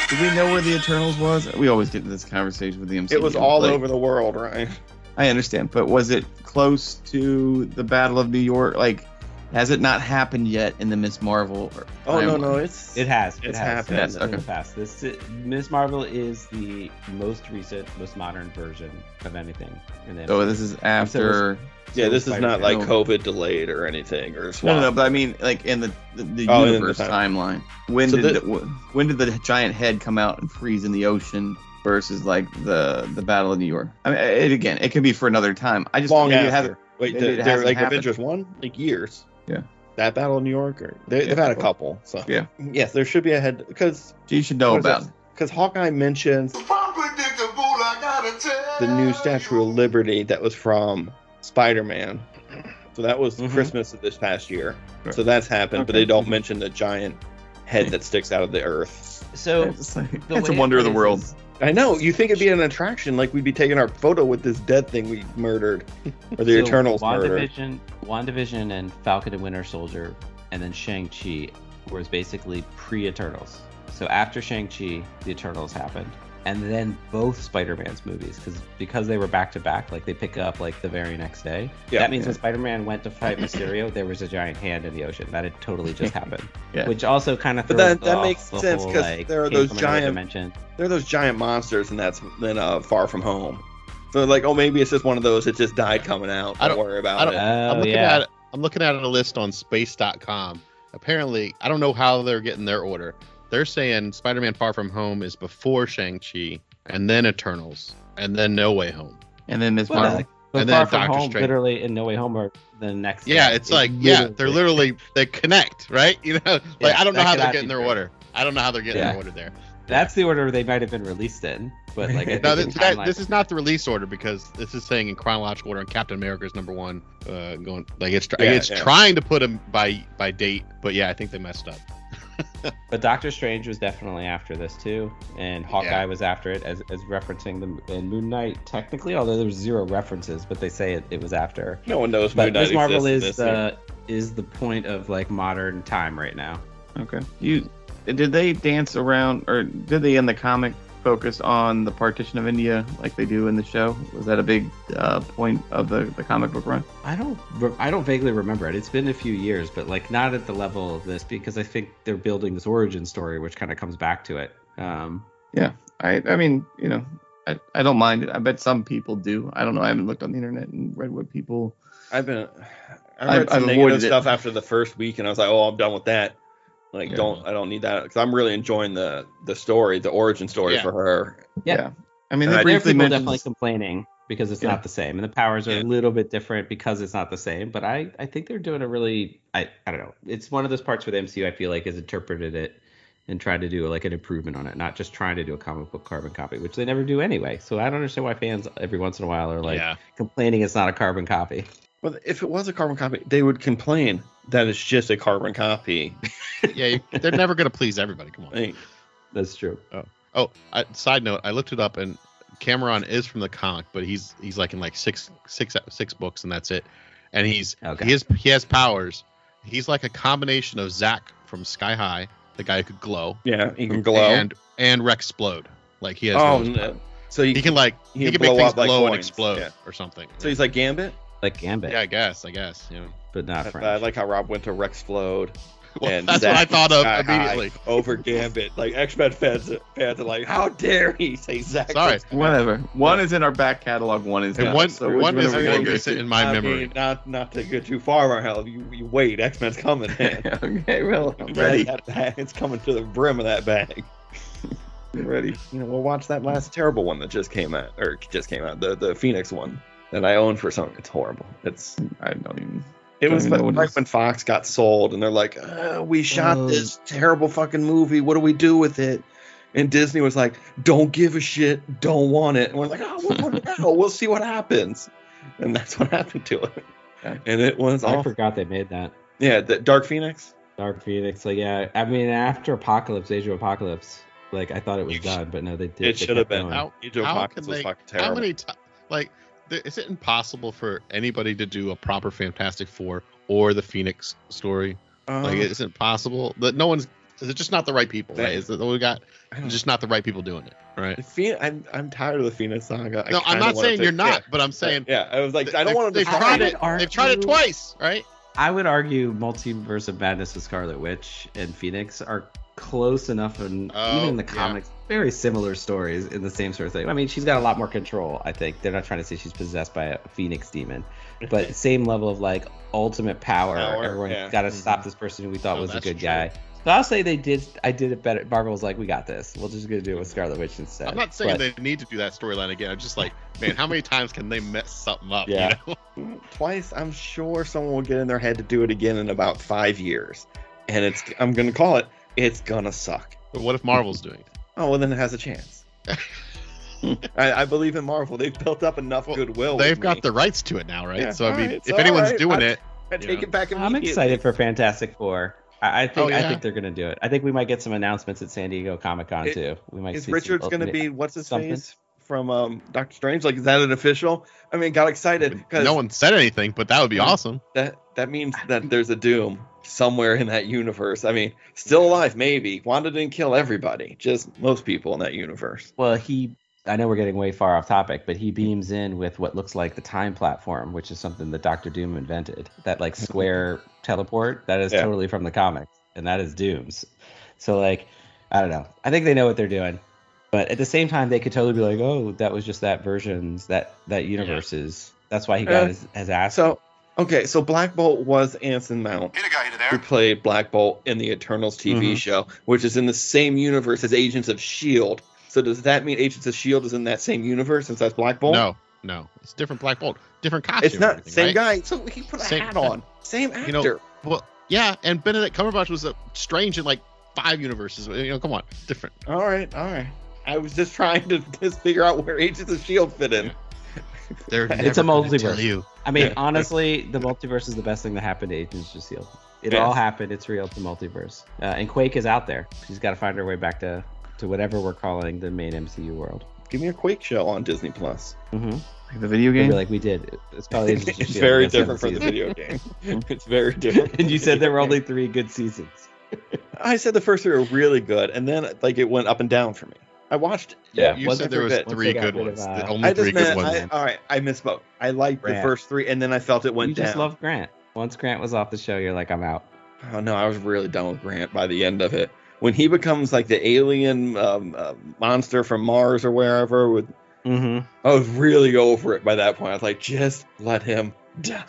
Speaker 6: Do we know where the Eternals was? We always get this conversation with the MCU.
Speaker 5: It was all
Speaker 6: like,
Speaker 5: over the world, right?
Speaker 6: I understand, but was it close to the Battle of New York? Like, has it not happened yet in the Miss Marvel? or-
Speaker 5: Oh no,
Speaker 6: timeline?
Speaker 5: no, it's
Speaker 8: It has. It
Speaker 5: It's
Speaker 8: has.
Speaker 5: happened.
Speaker 8: It's in
Speaker 6: Okay.
Speaker 8: the past. This Miss Marvel is the most recent, most modern version of anything. in the
Speaker 6: So this is after.
Speaker 5: yeah. This is not like
Speaker 6: No.
Speaker 5: COVID delayed or anything or
Speaker 6: No, no,
Speaker 5: swapped.
Speaker 6: no, but I mean, like in the the, the
Speaker 5: Oh, in the
Speaker 6: universe
Speaker 5: time-
Speaker 6: timeline. When
Speaker 5: So
Speaker 6: did
Speaker 5: thi-
Speaker 6: the, wh- when did the giant head come out and freeze in the ocean versus like the the Battle of New York? I mean, it, again, it could be for another time. I just
Speaker 5: long
Speaker 6: maybe
Speaker 5: after.
Speaker 6: it hasn't-
Speaker 5: Wait,
Speaker 6: maybe
Speaker 5: the,
Speaker 6: it
Speaker 5: they're
Speaker 6: hasn't
Speaker 5: like
Speaker 6: happened.
Speaker 5: Avengers one, like years.
Speaker 6: Yeah.
Speaker 5: That battle in New York, or they,
Speaker 6: Yeah.
Speaker 5: they've had a couple. So
Speaker 6: Yeah.
Speaker 5: yes, there should be a head because
Speaker 6: You should know
Speaker 5: What is
Speaker 6: about.
Speaker 5: that?
Speaker 6: it.
Speaker 5: because Hawkeye mentions the new Statue of Liberty that was from Spider Man. So that was
Speaker 8: Mhm.
Speaker 5: Christmas of this past year.
Speaker 6: Mm-hmm. Right.
Speaker 5: So that's happened, but
Speaker 6: Okay.
Speaker 5: they don't mention the giant head that sticks out of the earth.
Speaker 8: So
Speaker 6: It's like-
Speaker 8: the
Speaker 6: it's a
Speaker 8: way it
Speaker 6: wonder of the
Speaker 8: is
Speaker 6: world.
Speaker 8: is-
Speaker 5: I know. You think it'd be an attraction, like we'd be taking our photo with this dead thing we murdered, or the
Speaker 8: so
Speaker 5: Eternals murdered.
Speaker 8: WandaVision, WandaVision and Falcon and Winter Soldier, and then Shang-Chi was basically pre-Eternals. So after Shang-Chi, the Eternals happened. And then both Spider-Man's movies, because because they were back to back, like they pick up like the very next day.
Speaker 5: Yeah.
Speaker 8: that means when Spider-Man went to fight Mysterio, there was a giant hand in the ocean. That had totally just happened.
Speaker 6: Yeah.
Speaker 8: Which also kind of.
Speaker 5: But
Speaker 8: throws
Speaker 5: that- that
Speaker 8: off
Speaker 5: makes
Speaker 8: the
Speaker 5: sense,
Speaker 8: whole,
Speaker 5: 'cause
Speaker 8: like,
Speaker 5: there are
Speaker 8: came
Speaker 5: those
Speaker 8: from another
Speaker 5: giant-
Speaker 8: dimension.
Speaker 5: They're those giant monsters, and that's then uh, Far From Home. So like, oh, maybe it's just one of those that just died coming out. Don't,
Speaker 7: I don't-
Speaker 5: worry about
Speaker 7: I don't-
Speaker 5: it.
Speaker 7: I'm
Speaker 8: Oh
Speaker 7: looking
Speaker 8: yeah.
Speaker 7: at I'm looking at a list on space.com. Apparently, I don't know how they're getting their order. They're saying Spider-Man Far From Home is before Shang-Chi and then Eternals and then No Way Home.
Speaker 6: And then Miss
Speaker 8: Well,
Speaker 6: Marvel.
Speaker 8: But
Speaker 7: And
Speaker 8: Far
Speaker 7: then
Speaker 8: From
Speaker 7: Doctor
Speaker 8: Home,
Speaker 7: Strange.
Speaker 8: literally, in No Way Home are the next.
Speaker 7: Yeah,
Speaker 8: thing.
Speaker 7: it's like yeah, they're literally they connect, right? You know, like
Speaker 8: Yeah,
Speaker 7: I don't know
Speaker 8: that
Speaker 7: how
Speaker 8: could
Speaker 7: they're
Speaker 8: not
Speaker 7: getting
Speaker 8: be
Speaker 7: their
Speaker 8: true.
Speaker 7: order. I don't know how they're getting
Speaker 8: Yeah.
Speaker 7: their order there.
Speaker 8: That's the order they might have been released in, but like I
Speaker 7: No,
Speaker 8: think
Speaker 7: this,
Speaker 8: in
Speaker 7: that,
Speaker 8: timeline-
Speaker 7: this is not the release order because this is saying in chronological order. And Captain America is number one. Uh, going like it's tr-
Speaker 5: Yeah,
Speaker 7: it's
Speaker 5: yeah.
Speaker 7: trying to put them by by date, but yeah, I think they messed up.
Speaker 8: But Doctor Strange was definitely after this too, and Hawkeye
Speaker 7: Yeah.
Speaker 8: was after it as, as referencing the and Moon Knight technically, although there was zero references, but they say it, it was after.
Speaker 5: No one knows.
Speaker 8: But
Speaker 5: Moon Knight
Speaker 8: Miss Marvel
Speaker 5: exists in
Speaker 8: is uh,
Speaker 5: this thing.
Speaker 8: the is the point of like modern time right now.
Speaker 6: Okay. You did they dance around, or did they in the comic focus on the partition of India like they do in the show? Was that a big uh, point of the, the comic book run?
Speaker 8: I don't re- I don't vaguely remember it. It's been a few years, but like not at the level of this because I think they're building this origin story, which kind of comes back to it. Um,
Speaker 6: I I mean, you know, I, I don't mind it. I bet some people do. I don't know. I haven't looked on the internet and read what people.
Speaker 5: I've been. I
Speaker 6: I've-
Speaker 5: read some
Speaker 6: I've
Speaker 5: negative
Speaker 6: avoided it.
Speaker 5: stuff after the first week, and I was like, "Oh, I'm done with that. Like,
Speaker 6: Yeah.
Speaker 5: don't I don't need that because I'm really enjoying the the story, the origin story
Speaker 7: Yeah.
Speaker 5: for her.
Speaker 8: Yeah.
Speaker 6: I
Speaker 5: And
Speaker 6: mean,
Speaker 5: I-
Speaker 6: they
Speaker 8: Uh, there are
Speaker 6: briefly
Speaker 8: people
Speaker 6: mentioned.
Speaker 8: definitely complaining because it's
Speaker 6: Yeah.
Speaker 8: not the same, and the powers are
Speaker 7: Yeah.
Speaker 8: a little bit different because it's not the same. But I, I think they're doing a really, I, I don't know. It's one of those parts where the MCU I feel like has interpreted it and tried to do like an improvement on it, not just trying to do a comic book carbon copy, which they never do anyway. So I don't understand why fans every once in a while are like
Speaker 7: yeah,
Speaker 8: complaining it's not a carbon copy.
Speaker 5: Well, if it was a carbon copy, they would complain that it's just a carbon copy.
Speaker 7: yeah, you, they're never gonna please everybody. Come on.
Speaker 5: Like,
Speaker 8: That's true.
Speaker 7: Oh, I, side note, I looked it up, and Cameron is from the comic, but he's he's like in like six six six books, and that's it. And he's
Speaker 8: Okay.
Speaker 7: he is he has powers. He's like a combination of Zack from Sky High, the guy who could glow,
Speaker 5: yeah, you can glow.
Speaker 7: and and Rex Explode. Like he has.
Speaker 5: oh,
Speaker 7: those
Speaker 5: no. So you,
Speaker 7: He can like
Speaker 5: He
Speaker 7: he,
Speaker 5: can
Speaker 7: can make
Speaker 5: blow
Speaker 7: things
Speaker 5: up like
Speaker 7: blow and
Speaker 5: coins,
Speaker 7: explode
Speaker 5: yeah.
Speaker 7: or something.
Speaker 5: so he's like Gambit.
Speaker 8: like Gambit,
Speaker 7: yeah, I guess. I guess. Yeah.
Speaker 8: but not
Speaker 5: I,
Speaker 8: French.
Speaker 5: I like how Rob went to Rexplode
Speaker 7: Well,
Speaker 5: And
Speaker 7: that's what I
Speaker 5: Zach
Speaker 7: thought of
Speaker 5: Sky
Speaker 7: immediately.
Speaker 5: High over Gambit. Like X Men fans, fans are like, how dare he say Zach?
Speaker 7: Sorry.
Speaker 6: Whatever. One is in our back catalog. One is
Speaker 7: And
Speaker 6: not.
Speaker 7: one,
Speaker 6: So
Speaker 7: one
Speaker 6: which
Speaker 7: is
Speaker 6: one are we
Speaker 7: more
Speaker 6: gonna go
Speaker 7: recent
Speaker 6: to?
Speaker 7: in my
Speaker 5: I
Speaker 7: memory.
Speaker 5: mean, not not to get too far, Marhel. You, you wait, X Men's coming, man.
Speaker 6: okay, well, I'm
Speaker 5: Ready?
Speaker 6: ready.
Speaker 5: It's coming to the brim of that bag. ready? You know, we'll watch that last terrible one that just came out, or just came out, the the Phoenix one that I own for some. It's horrible. It's
Speaker 6: I don't even.
Speaker 5: It
Speaker 6: Don't
Speaker 5: was
Speaker 6: even know
Speaker 5: when-
Speaker 6: what it
Speaker 5: right
Speaker 6: is.
Speaker 5: when Fox got sold, and they're like, uh, "We shot
Speaker 8: Oh.
Speaker 5: this terrible fucking movie. What do we do with it?" And Disney was like, "Don't give a shit. Don't want it." And we're like, "Oh, we'll put it out. We'll see what happens." And that's what happened to it.
Speaker 6: Yeah.
Speaker 5: And it was
Speaker 8: I
Speaker 5: all
Speaker 8: forgot they made that
Speaker 5: yeah, the Dark Phoenix.
Speaker 8: Dark Phoenix. Like, yeah, I mean, after Apocalypse, Age of Apocalypse, like I thought it was
Speaker 7: You sh-
Speaker 8: done, but no, they did.
Speaker 5: It
Speaker 8: they
Speaker 5: should have
Speaker 8: kept
Speaker 5: been
Speaker 8: going.
Speaker 7: How-
Speaker 5: Age of
Speaker 7: how
Speaker 5: Apocalypse
Speaker 7: can
Speaker 5: was
Speaker 7: they-
Speaker 5: fucking terrible.
Speaker 7: How many times? Like, th- is it impossible for anybody to do a proper Fantastic Four or the Phoenix story?
Speaker 5: Um,
Speaker 7: Like, is it possible that no one's? Is it just not the right people?
Speaker 5: That-
Speaker 7: right? Is it we got
Speaker 5: I don't know.
Speaker 7: just not the right people doing it? Right?
Speaker 5: The Phoenix, I'm I'm tired of the Phoenix saga. I
Speaker 7: no, I'm
Speaker 5: kinda
Speaker 7: not
Speaker 5: wanna
Speaker 7: saying
Speaker 5: take-
Speaker 7: you're
Speaker 5: yeah,
Speaker 7: not, but I'm saying
Speaker 5: Yeah, I was like, I
Speaker 7: they've-
Speaker 5: don't want them
Speaker 7: They've
Speaker 5: to
Speaker 7: tried
Speaker 5: try
Speaker 7: it. They've tried it twice, right?
Speaker 8: I would argue Multiverse of Madness with Scarlet Witch and Phoenix are close enough, and
Speaker 7: Oh,
Speaker 8: even in the
Speaker 7: yeah.
Speaker 8: comics, very similar stories in the same sort of thing. I mean, she's got a lot more control. I think they're not trying to say she's possessed by a Phoenix demon, but same level of like ultimate power.
Speaker 5: Power,
Speaker 8: Everyone's
Speaker 5: yeah.
Speaker 8: got to stop this person who we thought
Speaker 7: Oh,
Speaker 8: was a
Speaker 7: Mm-hmm. that's
Speaker 8: good
Speaker 7: true.
Speaker 8: guy. So I'll say they did. I did it better. Marvel was like, "We got this. We're just gonna do it with Scarlet Witch instead."
Speaker 7: Mm-hmm. I'm not saying
Speaker 8: But-
Speaker 7: they need to do that storyline again. I'm just like, man, how many times can they mess something up?
Speaker 8: Yeah.
Speaker 7: You know?
Speaker 5: twice i'm sure someone will get in their head to do it again in about five years and it's i'm gonna call it it's gonna suck
Speaker 7: But what if Marvel's doing it?
Speaker 5: oh well then it has a chance I, I believe in marvel they've built up enough
Speaker 7: Well,
Speaker 5: goodwill with
Speaker 7: They've got
Speaker 5: me.
Speaker 7: the rights to it now, right?
Speaker 5: Yeah.
Speaker 7: So I mean,
Speaker 5: Alright,
Speaker 7: if
Speaker 5: so
Speaker 7: anyone's
Speaker 5: alright,
Speaker 7: doing
Speaker 5: I-
Speaker 7: it,
Speaker 5: I take
Speaker 7: yeah.
Speaker 5: it back
Speaker 8: I'm
Speaker 5: immediately.
Speaker 8: excited for Fantastic Four. I I think
Speaker 7: Oh,
Speaker 8: I
Speaker 7: yeah.
Speaker 8: think they're gonna do it. I think we might get some announcements at San Diego Comic Con
Speaker 5: It-
Speaker 8: too. We might.
Speaker 5: is
Speaker 8: see
Speaker 5: richards
Speaker 8: some,
Speaker 5: gonna be what's his
Speaker 8: something.
Speaker 5: face from um doctor strange like is that an official i mean got excited because
Speaker 7: no one said anything, but that would be
Speaker 5: Yeah.
Speaker 7: awesome.
Speaker 5: that that means that there's a doom somewhere in that universe i mean still alive maybe wanda didn't kill everybody just most people in that universe
Speaker 8: Well, he. I know we're getting way far off topic, but he beams in with what looks like the time platform, which is something that Doctor Doom invented. That like square teleport that is
Speaker 5: Yeah.
Speaker 8: totally from the comics, and that is Doom's. So like, I don't know. I think they know what they're doing, but at the same time, they could totally be like, "Oh, that was just that version's that that universe's." That's why he got
Speaker 5: Uh,
Speaker 8: his, his ass.
Speaker 5: So, okay, so Black Bolt was Anson Mount,
Speaker 4: Hit a guy into
Speaker 5: who
Speaker 4: there.
Speaker 5: played Black Bolt in the Eternals TV
Speaker 7: Mhm.
Speaker 5: show, which is in the same universe as Agents of S.H.I.E.L.D. E So, does that mean Agents of S.H.I.E.L.D. E is in that same universe since that's Black Bolt?
Speaker 7: No, no, it's different. Black Bolt, different costume.
Speaker 5: It's
Speaker 7: and
Speaker 5: not.
Speaker 7: everything,
Speaker 5: Same
Speaker 7: right?
Speaker 5: guy. So, he put a
Speaker 7: Same-
Speaker 5: hat on. Same actor.
Speaker 7: You know- Well, yeah, and Benedict Cumberbatch was a strange in like five universes. You know, come on, different.
Speaker 5: all right, all right. I was just trying to just figure out where Agents of S.H.I.E.L.D. E fit in.
Speaker 7: They're
Speaker 8: It's
Speaker 7: never
Speaker 8: a
Speaker 7: gonna
Speaker 8: multiverse.
Speaker 7: tell You.
Speaker 8: I mean,
Speaker 5: Yeah.
Speaker 8: honestly, the multiverse is the best thing that happened to Agents of Shield. E It
Speaker 5: Yeah.
Speaker 8: all happened. It's real. It's the multiverse. Uh, and Quake is out there. She's got to find her way back to to whatever we're calling the main MCU world.
Speaker 5: Give me a Quake show on Disney Plus.
Speaker 8: Mm-hmm.
Speaker 6: Like the video game.
Speaker 8: Maybe like we did. It's probably Agents of
Speaker 5: It's
Speaker 8: S.H.I.E.L.D.
Speaker 5: very
Speaker 8: That's the
Speaker 5: different from
Speaker 8: other
Speaker 5: the video game. It's very different.
Speaker 8: season. and you said there were only three good seasons.
Speaker 5: I said the first three were really good, and then like it went up and down for me. I watched.
Speaker 8: Yeah,
Speaker 7: You
Speaker 5: wasn't
Speaker 7: said there
Speaker 5: for
Speaker 7: was
Speaker 5: bit.
Speaker 8: Once
Speaker 7: three
Speaker 8: they got
Speaker 7: good
Speaker 8: rid of,
Speaker 7: ones. The
Speaker 8: uh,
Speaker 7: only
Speaker 5: I
Speaker 7: three
Speaker 5: just meant.
Speaker 7: good ones.
Speaker 5: I, all right, I misspoke. I liked the
Speaker 8: Grant.
Speaker 5: first three, and then I felt it went
Speaker 8: you
Speaker 5: down.
Speaker 8: just love Grant. Once Grant was off the show, you're like, I'm out.
Speaker 5: oh no, I was really done with Grant by the end of it. When he becomes like the alien um, uh, monster from Mars or wherever, with
Speaker 8: Mm-hmm.
Speaker 5: I was really over it by that point. I was like, just let him die.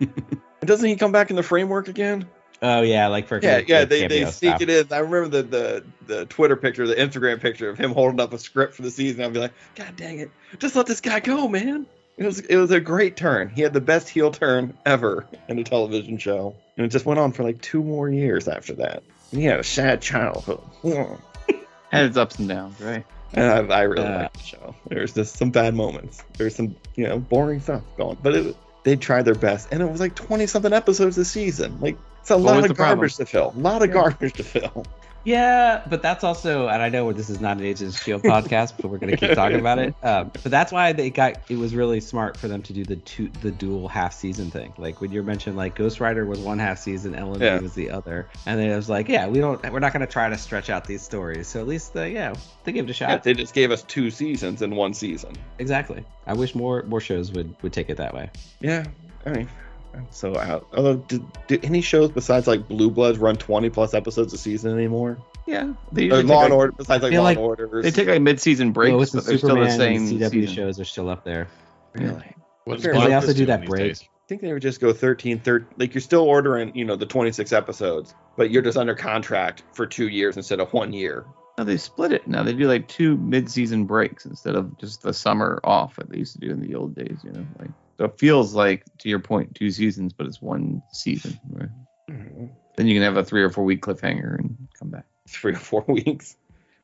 Speaker 5: And Doesn't he come back in the framework again?
Speaker 8: Oh yeah, like for
Speaker 5: Yeah,
Speaker 8: for
Speaker 5: yeah, they, they
Speaker 8: cameo
Speaker 5: sneak
Speaker 8: stuff.
Speaker 5: it in. I remember the, the the Twitter picture, the Instagram picture of him holding up a script for the season. I'd be like, God dang it, just let this guy go, man. It was it was a great turn. He had the best heel turn ever in a television show, and it just went on for like two more years after that. And he had a sad childhood. And
Speaker 6: Had its ups and downs, right?
Speaker 5: I, I really
Speaker 8: Yeah.
Speaker 5: liked the show. There was just some bad moments. There was some you know boring stuff going, but it, they tried their best, and it was like twenty something episodes a season. Like it's a
Speaker 6: was
Speaker 5: lot
Speaker 6: the
Speaker 5: of
Speaker 6: problem?
Speaker 5: garbage to fill. A lot of
Speaker 6: Yeah.
Speaker 5: garbage to fill.
Speaker 8: Yeah, but that's also, and I know this is not an Agents of Shield E podcast, but we're gonna keep talking about it. Um, but that's why they got it was really smart for them to do the two the dual half season thing. Like when you mentioned, like Ghost Rider was one half season, LMD
Speaker 5: Yeah.
Speaker 8: was the other, and then it was like, yeah, we don't, we're not gonna try to stretch out these stories. So at least, the, yeah, they gave it a shot.
Speaker 5: Yeah, they just gave us two seasons in one season.
Speaker 8: exactly. I wish more more shows would would take it that way.
Speaker 5: Yeah, I mean, I'm so out. Although, do, do any shows besides like Blue Bloods run 20 plus episodes a season anymore?
Speaker 6: Yeah, they
Speaker 5: Or
Speaker 6: usually
Speaker 5: Law
Speaker 6: take
Speaker 5: and
Speaker 6: like,
Speaker 5: Order, besides like
Speaker 8: feel
Speaker 5: Law
Speaker 8: like
Speaker 5: and Order.
Speaker 6: they take like mid-season breaks,
Speaker 8: Lois and
Speaker 6: but they're still the
Speaker 8: Superman and
Speaker 6: same
Speaker 8: CW
Speaker 6: season.
Speaker 8: shows are still up there.
Speaker 6: Really?
Speaker 7: What is
Speaker 5: They
Speaker 7: Blockbuster
Speaker 8: also do
Speaker 7: doing
Speaker 8: that
Speaker 7: these
Speaker 8: break.
Speaker 7: days?
Speaker 5: I think they would just go 13, 13, like you're still ordering, you know, the 26 episodes, but you're just under contract for two years instead of one year.
Speaker 6: No, they split it now. They do like two mid-season breaks instead of just the summer off that they used to do in the old days. You know, like so it feels like to your point, two seasons, but it's one season. Right?
Speaker 5: Mm-hmm.
Speaker 6: Then you can have a three or four week cliffhanger and come back.
Speaker 5: Three or four weeks.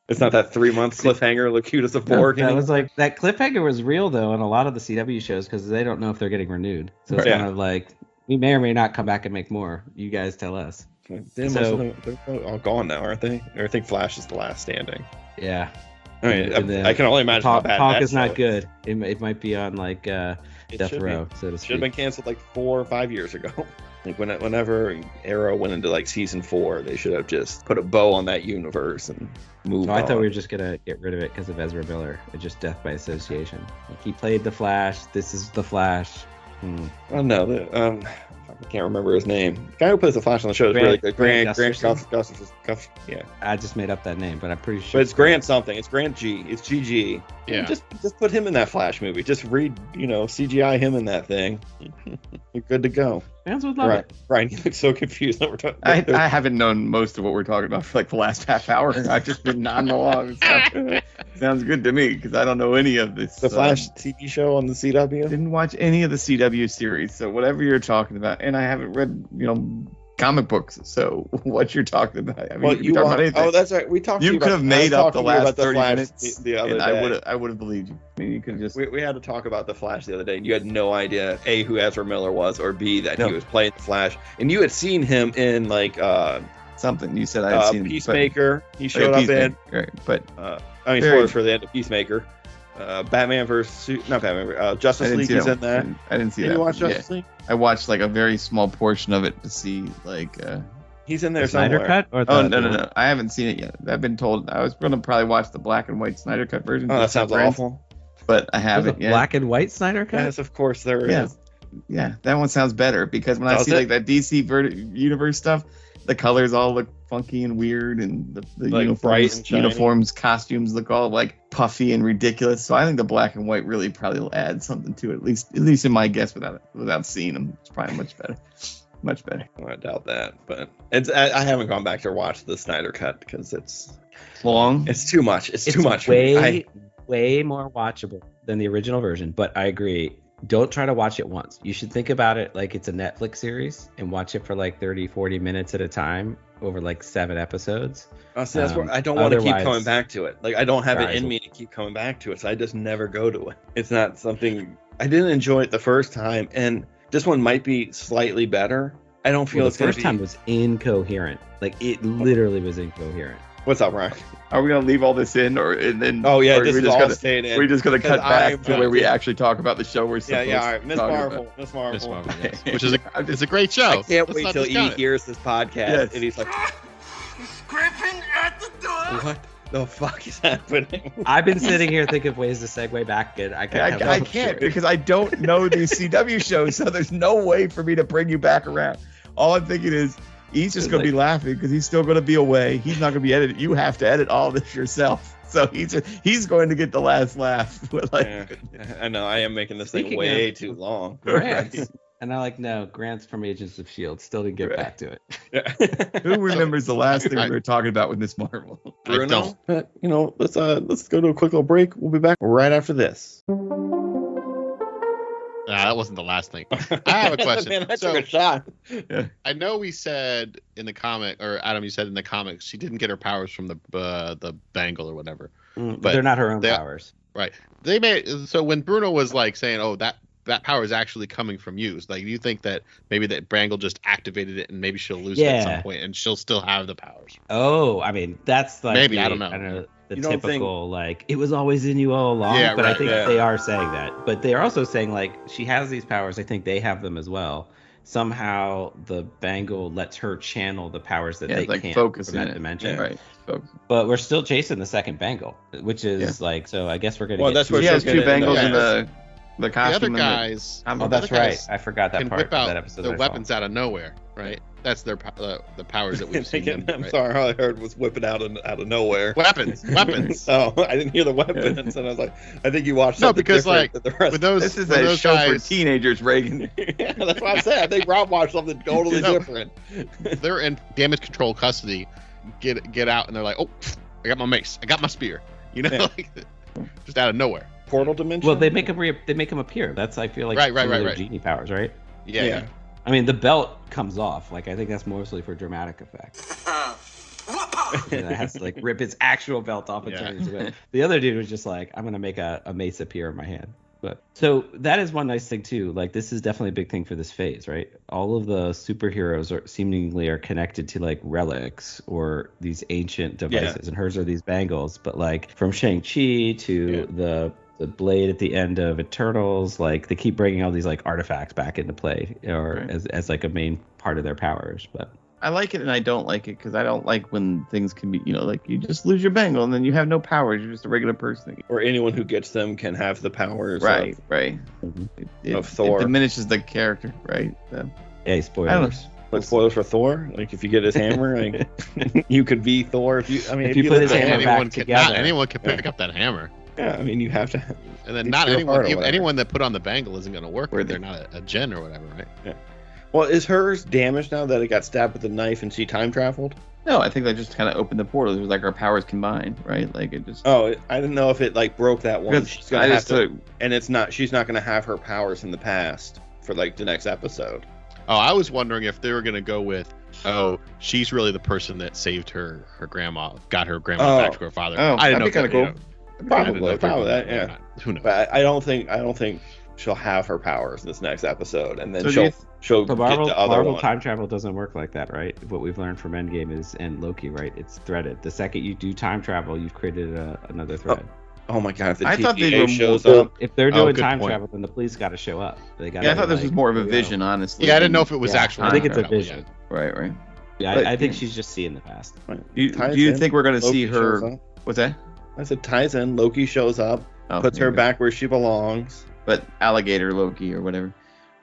Speaker 5: It's not that three month cliffhanger, Locutus of Borg.
Speaker 8: That was like that cliffhanger was real though in a lot of the CW shows because they don't know if they're getting renewed. So it's
Speaker 5: Right.
Speaker 8: kind of like we may or may not come back and make more. You guys tell us.
Speaker 5: They must
Speaker 8: so-
Speaker 5: have- they're probably all gone now, aren't they? Or I think Flash is the last standing.
Speaker 8: Yeah,
Speaker 5: I mean,
Speaker 8: And then
Speaker 5: I, I can only imagine
Speaker 8: talk,
Speaker 5: how bad
Speaker 8: talk
Speaker 5: that
Speaker 8: is
Speaker 5: show
Speaker 8: not good. It, mi- it might be on like uh,
Speaker 5: It
Speaker 8: death
Speaker 5: should be.
Speaker 8: row,
Speaker 5: should
Speaker 8: so to
Speaker 5: have
Speaker 8: speak.
Speaker 5: been canceled like four or five years ago. Like when it, whenever Arrow went into like season four, they should have just put a bow on that universe and moved.
Speaker 8: No, I
Speaker 5: on.
Speaker 8: thought we were just gonna get rid of it because of Ezra Miller. It's just death by association. Like he played the Flash. This is the Flash. Hmm.
Speaker 5: Oh no, the, um, I can't remember his name. The guy who plays the Flash on the show is
Speaker 8: Grant-
Speaker 5: really good. Grant,
Speaker 8: Grant
Speaker 5: Grant,
Speaker 8: Gustafson?
Speaker 5: Gustafson. Gustafson, Gustafson, yeah,
Speaker 8: I just made up that name, but I'm pretty sure.
Speaker 5: but it's Grant something. It's Grant G. It's GG.
Speaker 7: Yeah.
Speaker 5: Just just put him in that Flash movie. Just read, you know, CGI him in that thing. You're good to go.
Speaker 8: Fans would love
Speaker 5: Right,
Speaker 8: it.
Speaker 5: Ryan, you look so confused that we're talking.
Speaker 6: I, I haven't known most of what we're talking about for like the last half hour. I've just been nodding along. Sounds- Sounds good to me because I don't know any of this.
Speaker 5: the
Speaker 6: uh,
Speaker 5: Flash TV show on the CW.
Speaker 6: didn't watch any of the CW series, so whatever you're talking about, and I haven't read, you know, comic books, so what you're talking about, I mean,
Speaker 5: well,
Speaker 6: could be
Speaker 5: you
Speaker 6: talking
Speaker 5: want,
Speaker 6: about anything.
Speaker 5: Oh, that's right. We talked. to
Speaker 6: you
Speaker 5: about-
Speaker 6: could have
Speaker 5: I
Speaker 6: made
Speaker 5: talked
Speaker 6: up the
Speaker 5: to you about
Speaker 6: last thirty
Speaker 5: Flash
Speaker 6: minutes,
Speaker 5: the, the other
Speaker 6: and
Speaker 5: day.
Speaker 6: I would have, I would have believed you. I mean, you could just
Speaker 5: We, we had to talk about the Flash the other day, and you had no idea a who Ezra Miller was, or b that
Speaker 8: No.
Speaker 5: he was playing the Flash, and you had seen him in like uh,
Speaker 6: something you said I had
Speaker 5: uh
Speaker 6: seen but-
Speaker 5: Peacemaker. He
Speaker 6: Oh, yeah,
Speaker 5: showed up in.
Speaker 6: Peacemaker, right, but
Speaker 5: I mean,
Speaker 6: Very-
Speaker 5: spoilers for the end of Peacemaker. Uh, Batman versus Su- not Batman, uh,
Speaker 6: I
Speaker 5: Justice
Speaker 6: didn't
Speaker 5: League.
Speaker 6: see
Speaker 5: He's
Speaker 6: that.
Speaker 5: in that.
Speaker 6: one. I didn't see
Speaker 5: Did
Speaker 6: that.
Speaker 5: you watch
Speaker 6: one, yeah.
Speaker 5: Justice League?
Speaker 6: I watched like a very small portion of it to see like. uh
Speaker 5: He's in
Speaker 8: The
Speaker 5: there
Speaker 8: Snyder
Speaker 5: somewhere.
Speaker 8: Cut or the
Speaker 6: Oh no
Speaker 8: the-
Speaker 6: no no! I haven't seen it yet. I've been told I was gonna probably watch the black and white Snyder cut version.
Speaker 5: Oh, that
Speaker 6: just for
Speaker 5: sounds
Speaker 6: friends,
Speaker 5: awful.
Speaker 6: But I
Speaker 8: There's a
Speaker 6: haven't yet.
Speaker 8: black and white Snyder cut.
Speaker 5: Yes, of course there is.
Speaker 6: Yeah. Yeah, that one sounds better because when I
Speaker 5: Does
Speaker 6: see
Speaker 5: it?
Speaker 6: like that DC ver- universe stuff, the colors all look funky and weird, and the, the
Speaker 5: Like,
Speaker 6: uniforms,
Speaker 5: bright and shiny.
Speaker 6: uniforms, costumes look all like puffy and ridiculous. So I think the black and white really probably will add something to it, at least at least in my guess without without seeing them. It's probably much better, much better.
Speaker 5: I doubt that, but it's I, I haven't gone back to watch the Snyder Cut because it's
Speaker 6: Long.
Speaker 5: it's too much. It's,
Speaker 8: it's
Speaker 5: too much. for me.
Speaker 8: Way,
Speaker 5: I-
Speaker 8: way more watchable than the original version. But I agree. Don't try to watch it once. You should think about it like it's a Netflix series and watch it for like 30, 40 minutes at a time over like seven episodes.
Speaker 5: Oh, see, that's
Speaker 8: Um,
Speaker 5: where I don't want to keep
Speaker 8: otherwise-
Speaker 5: coming back to it. Like I don't have
Speaker 8: Your
Speaker 5: it
Speaker 8: eyes
Speaker 5: in
Speaker 8: will-
Speaker 5: me to keep coming back to it, so I just never go to it. It's not something I didn't enjoy it the first time, and this one might be slightly better. I don't feel
Speaker 8: Well, the
Speaker 5: it's gonna
Speaker 8: first
Speaker 5: be-
Speaker 8: time was incoherent. Like it literally was incoherent.
Speaker 5: What's up, Ron?
Speaker 6: Are we gonna leave all this in, or and then?
Speaker 5: Oh yeah,
Speaker 6: or
Speaker 5: this
Speaker 6: we
Speaker 5: is
Speaker 6: just
Speaker 5: all
Speaker 6: gonna,
Speaker 5: stayed in.
Speaker 6: We're just gonna
Speaker 5: because
Speaker 6: cut back
Speaker 5: I'm
Speaker 6: to where we
Speaker 5: not-
Speaker 6: actually talk about the show we're
Speaker 5: yeah,
Speaker 6: supposed
Speaker 5: yeah. All right,
Speaker 6: to
Speaker 5: Miss
Speaker 6: talk
Speaker 5: Marvel,
Speaker 6: about.
Speaker 5: Miss Marvel.
Speaker 7: Miss Marvel, yes. Which is a, it's a great show.
Speaker 5: I can't
Speaker 7: Let's
Speaker 5: wait
Speaker 7: not
Speaker 5: till E
Speaker 7: discount it.
Speaker 5: hears this podcast,
Speaker 6: Yes.
Speaker 5: and he's like,
Speaker 4: Scraping at the door.
Speaker 5: "What the fuck is happening?"
Speaker 8: I've been sitting here thinking of ways to segue back and I
Speaker 6: I,
Speaker 8: can't.
Speaker 6: I can't because I don't know these CW shows, so there's no way for me to bring you back around. All I'm thinking is he's just going to be laughing because he's still going to be away. He's not going to be edited. You have to edit all this yourself. So he's he's going to get the last laugh. We're like,
Speaker 5: Yeah, I know I am making this
Speaker 8: Speaking
Speaker 5: thing
Speaker 8: of-
Speaker 5: way too long.
Speaker 8: Grants. And I'm like, no, Grant's from Agents of S.H.I.E.L.D. E Still didn't get
Speaker 6: Right.
Speaker 8: back to it.
Speaker 6: Who remembers the last thing we
Speaker 7: I-
Speaker 6: were talking about with Miss Marvel?
Speaker 7: I don't.
Speaker 5: But you know, let's uh let's go to a quick little break. We'll be back right after this.
Speaker 8: E
Speaker 7: Nah, that wasn't the last thing. I have a question.
Speaker 5: Man, I
Speaker 7: So-
Speaker 5: took a shot.
Speaker 7: I know we said in the comic, or Adam, you said in the comics, she didn't get her powers from the uh, the bangle or whatever.
Speaker 8: Mm,
Speaker 7: But
Speaker 8: they're not her own
Speaker 7: they-
Speaker 8: powers.
Speaker 7: They made so when Bruno was like saying, "Oh, that that power is actually coming from you. It's like you think that maybe that Brangle just activated it and maybe she'll lose it at
Speaker 8: Yeah.
Speaker 7: some point and she'll still have the powers.
Speaker 8: Oh, I mean, that's like
Speaker 7: Maybe,
Speaker 8: the-
Speaker 7: I don't know.
Speaker 8: the
Speaker 5: You don't think-
Speaker 8: typical like it was always in you all along.
Speaker 7: Yeah,
Speaker 8: but I
Speaker 7: right,
Speaker 8: think
Speaker 5: yeah.
Speaker 8: they are saying that. But they are also saying like she has these powers. I think they have them as well. Somehow the bangle lets her channel the powers that
Speaker 6: Yeah,
Speaker 8: they
Speaker 6: it's like
Speaker 8: can't
Speaker 6: focus
Speaker 8: from that
Speaker 6: in it.
Speaker 8: dimension.
Speaker 6: Right. Focus.
Speaker 8: But we're still chasing the second bangle, which is like so. I guess we're gonna.
Speaker 5: Well,
Speaker 8: get
Speaker 5: that's
Speaker 8: two-
Speaker 5: where
Speaker 6: He
Speaker 5: she'll
Speaker 6: has
Speaker 5: get
Speaker 6: two
Speaker 5: it in the
Speaker 6: bangles
Speaker 5: back.
Speaker 6: in the the
Speaker 7: the other
Speaker 6: costume. and
Speaker 7: guys
Speaker 6: the,
Speaker 8: Oh, that's
Speaker 7: other
Speaker 8: right.
Speaker 7: guys
Speaker 8: I forgot that
Speaker 7: can
Speaker 8: part.
Speaker 7: whip out
Speaker 8: that episode. I
Speaker 7: their
Speaker 8: saw.
Speaker 7: weapons out of nowhere, right? That's their po- the, the powers that we've seen.
Speaker 5: Again,
Speaker 7: them,
Speaker 5: I'm
Speaker 7: right?
Speaker 5: sorry, all I heard was whipping out of, out of nowhere.
Speaker 7: Weapons, weapons.
Speaker 5: oh, I didn't hear the weapons, and I was like, I think you watched
Speaker 7: No,
Speaker 5: something
Speaker 7: because,
Speaker 5: different than the rest.
Speaker 7: With those,
Speaker 6: this is
Speaker 7: with
Speaker 6: a
Speaker 7: those
Speaker 6: show
Speaker 7: guys,
Speaker 6: for teenagers, Reagan.
Speaker 5: yeah, that's what I said. I think Rob watched something totally
Speaker 7: No.
Speaker 5: different.
Speaker 7: they're in damage control custody. Get get out, and they're like, "Oh, I got my mace. I got my spear." You know,
Speaker 5: Yeah.
Speaker 7: like, just out of nowhere.
Speaker 5: Portal dimension.
Speaker 8: Well, they make him re- they make him appear. That's I feel like
Speaker 7: Right, right,
Speaker 8: some of
Speaker 7: right,
Speaker 8: their
Speaker 7: right.
Speaker 8: genie powers, right?
Speaker 7: Yeah.
Speaker 5: Yeah.
Speaker 8: I mean, the belt comes off. Like I think that's mostly for dramatic effect. and it has to like rip its actual belt off and
Speaker 7: Yeah.
Speaker 8: turn it into it. The other dude was just like, I'm gonna make a, a mace appear in my hand. But so that is one nice thing too. Like this is definitely a big thing for this phase, right? All of the superheroes are seemingly are connected to like relics or these ancient devices, and hers are these bangles. But like from Shang Chi to
Speaker 5: Yeah.
Speaker 8: the the blade at the end of Eternals, like they keep bringing all these like artifacts back into play, or
Speaker 6: Right.
Speaker 8: as as like a main part of their powers. But
Speaker 6: I like it and I don't like it because I don't like when things can be, you know, like you just lose your bangle and then you have no powers. You're just a regular person.
Speaker 5: Or anyone who gets them can have the powers.
Speaker 6: Right, right.
Speaker 8: Mhm.
Speaker 6: It, it-
Speaker 5: Mm-hmm. Of Thor.
Speaker 6: it diminishes the character, right? So, I don't
Speaker 8: hey,
Speaker 6: know.
Speaker 8: spoilers.
Speaker 5: Of, like spoilers for Thor. Like if you get his hammer, like you could be Thor. If you, I mean,
Speaker 8: If you put his
Speaker 5: look at
Speaker 8: hammer
Speaker 5: him,
Speaker 8: back
Speaker 7: anyone can, not
Speaker 8: together.
Speaker 7: anyone can pick
Speaker 5: Yeah.
Speaker 7: up that hammer,
Speaker 5: yeah, I mean, you have to.
Speaker 7: and then
Speaker 5: It's
Speaker 7: not
Speaker 5: your
Speaker 7: anyone.
Speaker 5: heart or
Speaker 7: Even,
Speaker 5: whatever.
Speaker 7: anyone that put on the bangle isn't going to work.
Speaker 6: Where
Speaker 7: if They're
Speaker 6: they-
Speaker 7: not a, a gen or whatever, right?
Speaker 5: Well, is hers damaged now that it got stabbed with a knife and she time traveled?
Speaker 6: No, I think that just kind of opened the portal. It was like our powers combined, right? Like it just.
Speaker 5: Oh, I didn't know if it like broke that one.
Speaker 6: Because
Speaker 5: She's
Speaker 6: I
Speaker 5: gonna have
Speaker 6: just
Speaker 5: to,
Speaker 6: took-
Speaker 5: and it's not. She's not gonna have her powers in the past for like the next episode.
Speaker 7: Oh, I was wondering if they were going to go with, oh, she's really the person that saved her her grandma, got her grandma
Speaker 5: Oh.
Speaker 7: back to her father.
Speaker 6: Oh,
Speaker 7: I didn't know.
Speaker 6: that'd be
Speaker 7: if
Speaker 6: kinda
Speaker 7: they- I didn't know
Speaker 5: Probably,
Speaker 7: if they were
Speaker 5: probably
Speaker 7: gonna
Speaker 5: that.
Speaker 7: do it or
Speaker 5: Yeah,
Speaker 7: not. Who knows?
Speaker 5: but I, I don't think I don't think she'll have her powers in this next episode, and then
Speaker 6: So do
Speaker 5: she'll
Speaker 6: you-
Speaker 5: she'll
Speaker 8: But Marvel,
Speaker 5: get the other
Speaker 8: Marvel
Speaker 5: one.
Speaker 8: time travel doesn't work like that, right? What we've learned from Endgame is and Loki, right? It's threaded. The second you do time travel, you've created a, another thread.
Speaker 5: Oh my god, if the
Speaker 6: I
Speaker 5: TVA
Speaker 6: thought they were
Speaker 5: shows
Speaker 6: more-
Speaker 5: up.
Speaker 8: If they're
Speaker 7: Oh,
Speaker 8: doing
Speaker 7: good
Speaker 8: time
Speaker 7: point.
Speaker 8: travel, then the police got to show up. They got.
Speaker 6: yeah, I thought this was more of a vision, honestly.
Speaker 7: Yeah, I didn't
Speaker 6: than-
Speaker 7: know if it was
Speaker 8: Yeah,
Speaker 7: actual.
Speaker 8: I think it's a
Speaker 7: travel yet.
Speaker 8: vision.
Speaker 6: Right, right.
Speaker 8: Yeah,
Speaker 6: But-
Speaker 8: I, I think she's just seeing the past.
Speaker 6: Do you,
Speaker 5: Ties
Speaker 6: do you
Speaker 5: in.
Speaker 6: think we're going to
Speaker 5: Loki
Speaker 6: see
Speaker 5: shows
Speaker 6: her?
Speaker 5: up.
Speaker 6: What's that?
Speaker 5: I said ties in. Loki shows up,
Speaker 6: Oh,
Speaker 5: puts
Speaker 6: there
Speaker 5: her
Speaker 6: you go.
Speaker 5: back where she belongs,
Speaker 6: But alligator Loki or whatever.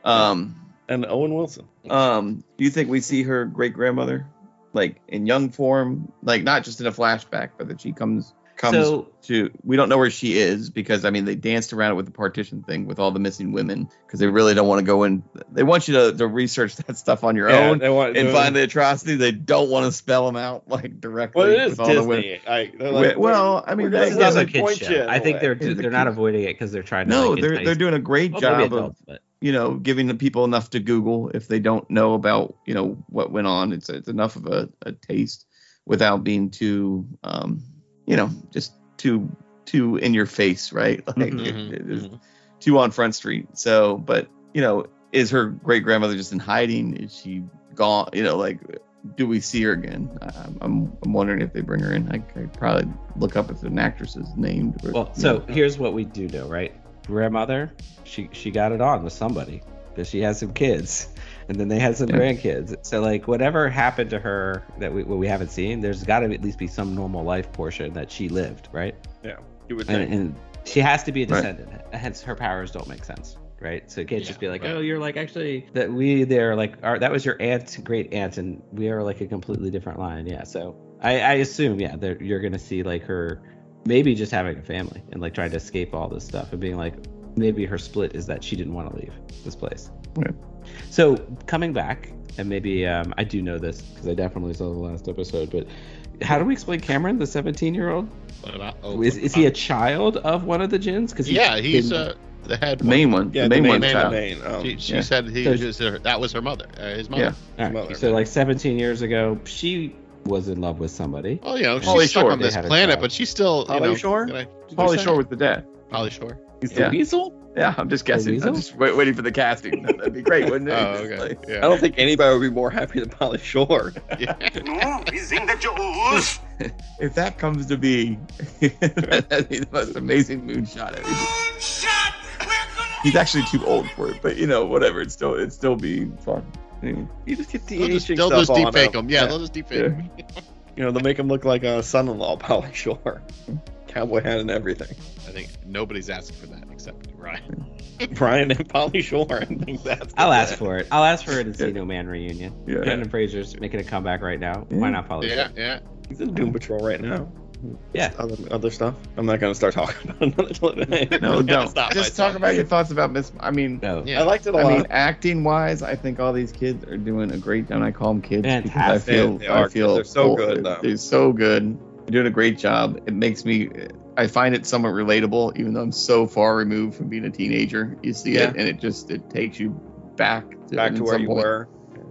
Speaker 6: Um,
Speaker 5: and Owen Wilson.
Speaker 6: Um, do you think we see her great grandmother, like in young form, like not just in a flashback, but that she comes comes
Speaker 8: So
Speaker 6: to? We don't know where she is because I mean they danced around it with the partition thing with all the missing women because they really don't want to go in. They want you to, to research that stuff on your own
Speaker 5: they want,
Speaker 6: and
Speaker 5: they-
Speaker 6: find the atrocity. They don't want to spell them out like directly.
Speaker 5: Well, it is
Speaker 6: with all the women.
Speaker 5: Disney. I, they're like,
Speaker 6: Well, well, I mean,
Speaker 5: we're gonna-
Speaker 6: this is
Speaker 8: this is
Speaker 5: we're
Speaker 6: also
Speaker 8: also
Speaker 5: gonna
Speaker 8: a
Speaker 5: point
Speaker 8: kid's
Speaker 5: you
Speaker 8: show. I
Speaker 5: in a
Speaker 8: think
Speaker 5: way.
Speaker 8: they're
Speaker 6: It's a
Speaker 8: they're not
Speaker 6: kid's-
Speaker 8: avoiding it because they're trying to.
Speaker 6: No,
Speaker 8: like,
Speaker 6: they're
Speaker 8: entice-
Speaker 6: they're doing a great
Speaker 8: well, maybe
Speaker 6: job of
Speaker 8: adults, but
Speaker 6: you know, giving the people enough to Google if they don't know about, you know, what went on. It's, it's enough of a, a taste without being too, um, you know, just too, too in your face, right? Like
Speaker 7: Mhm,
Speaker 6: it- it is
Speaker 7: mhm.
Speaker 6: too on Front Street. So, but, you know, is her great grandmother just in hiding? Is she gone? You know, like, do we see her again? I- I'm, I'm, I'm wondering if they bring her in. I could probably look up if an actress is named. Or,
Speaker 8: Well, so here's what we do know, right? Grandmother, she she got it on with somebody because she has some kids, and then they had some
Speaker 6: Yeah.
Speaker 8: grandkids. So like whatever happened to her that we what we haven't seen, there's got to at least be some normal life portion that she lived, right?
Speaker 5: You would think.
Speaker 8: And, and she has to be a
Speaker 6: Right.
Speaker 8: descendant. Hence, her powers don't make sense, right? So it can't just be
Speaker 7: Yeah,
Speaker 8: like,
Speaker 7: right.
Speaker 8: oh, you're like actually that we there like our, that was your aunt, great aunt, and we are like a completely different line. Yeah. So I, I assume yeah, that you're gonna see like her maybe just having a family and like trying to escape all this stuff and being like maybe her split is that she didn't want to leave this place.
Speaker 6: Yeah.
Speaker 8: So coming back and maybe um, I do know this because I definitely saw the last episode, but how do we explain Cameron, the 17 year old?
Speaker 7: What about- oh,
Speaker 8: Is, is he a child of one of the gins? Because
Speaker 7: yeah, he's uh, the head.
Speaker 6: the main one,
Speaker 5: Yeah,
Speaker 6: the main,
Speaker 7: main-
Speaker 6: one,
Speaker 7: main-
Speaker 6: child.
Speaker 5: main, um,
Speaker 7: She, she
Speaker 6: yeah.
Speaker 7: said he
Speaker 8: So-
Speaker 7: was her, that was her mother, uh, his mother.
Speaker 6: Yeah.
Speaker 8: All
Speaker 5: mother.
Speaker 8: right. So like 17 years ago, she was in love with somebody.
Speaker 7: Well, you know, she's
Speaker 6: Pauly
Speaker 7: stuck
Speaker 6: Shore,
Speaker 7: on
Speaker 8: they
Speaker 7: this
Speaker 8: had a
Speaker 7: planet,
Speaker 8: child.
Speaker 7: but she's still. You
Speaker 5: Pauly
Speaker 7: know,
Speaker 5: Shore?
Speaker 7: gonna-
Speaker 6: Polly Shore with the dad.
Speaker 7: Pauly Shore.
Speaker 5: He's
Speaker 6: Yeah.
Speaker 5: the weasel?
Speaker 6: Yeah, I'm just guessing.
Speaker 8: Weasel?
Speaker 6: I'm just wait, waiting for the casting. That'd be great, wouldn't it?
Speaker 7: Oh,
Speaker 6: Just
Speaker 7: okay.
Speaker 6: like-
Speaker 5: I
Speaker 7: Yeah.
Speaker 5: don't think anybody would be more happy than Polly Shore.
Speaker 4: No, we sing the Joes.
Speaker 6: if that comes to be, that'd be the most amazing moonshot. ever.
Speaker 4: Shot. We're gonna.
Speaker 6: He's actually too old for it, but you know, whatever. It's still it's still be fun. Anyway,
Speaker 5: You just get the
Speaker 7: They'll just,
Speaker 5: Asian
Speaker 7: they'll
Speaker 5: stuff
Speaker 7: just
Speaker 5: on
Speaker 7: deepfake
Speaker 5: him.
Speaker 7: them. Yeah,
Speaker 6: Yeah.
Speaker 7: they'll just deepfake
Speaker 6: Yeah.
Speaker 7: them.
Speaker 5: You know, they make him look like a son-in-law, Polly Shore, cowboy hat and everything.
Speaker 7: I think nobody's asking for that except Ryan.
Speaker 5: Brian and Polly Shore and things that.
Speaker 8: I'll ask for it. I'll ask for it in See No Man reunion.
Speaker 6: Yeah.
Speaker 8: Brendan Fraser's making a comeback right now. Why
Speaker 6: Yeah.
Speaker 8: not Polly?
Speaker 7: Yeah, yeah.
Speaker 5: He's in Doom Patrol right now.
Speaker 8: Yeah.
Speaker 5: Other, other stuff. I'm not gonna start talking about another.
Speaker 6: No, don't.
Speaker 7: Stop,
Speaker 6: Just
Speaker 7: I-
Speaker 6: talk about your thoughts about Miss. I mean,
Speaker 8: No.
Speaker 7: Yeah.
Speaker 5: I liked it a
Speaker 6: I
Speaker 5: lot.
Speaker 6: mean, acting wise, I think all these kids are doing a great job. And I call them kids because I
Speaker 8: Fantastic.
Speaker 6: feel
Speaker 5: They- they are
Speaker 6: I feel
Speaker 5: kids. They're so
Speaker 6: oh,
Speaker 5: good,
Speaker 6: They're,
Speaker 5: though.
Speaker 6: they're so good. They're doing a great job. It makes me. I find it somewhat relatable, even though I'm so far removed from being a teenager. You see
Speaker 5: Yeah.
Speaker 6: it, and it just it takes you back to,
Speaker 5: Back to
Speaker 6: in
Speaker 5: where
Speaker 6: some
Speaker 5: you
Speaker 6: point.
Speaker 5: were.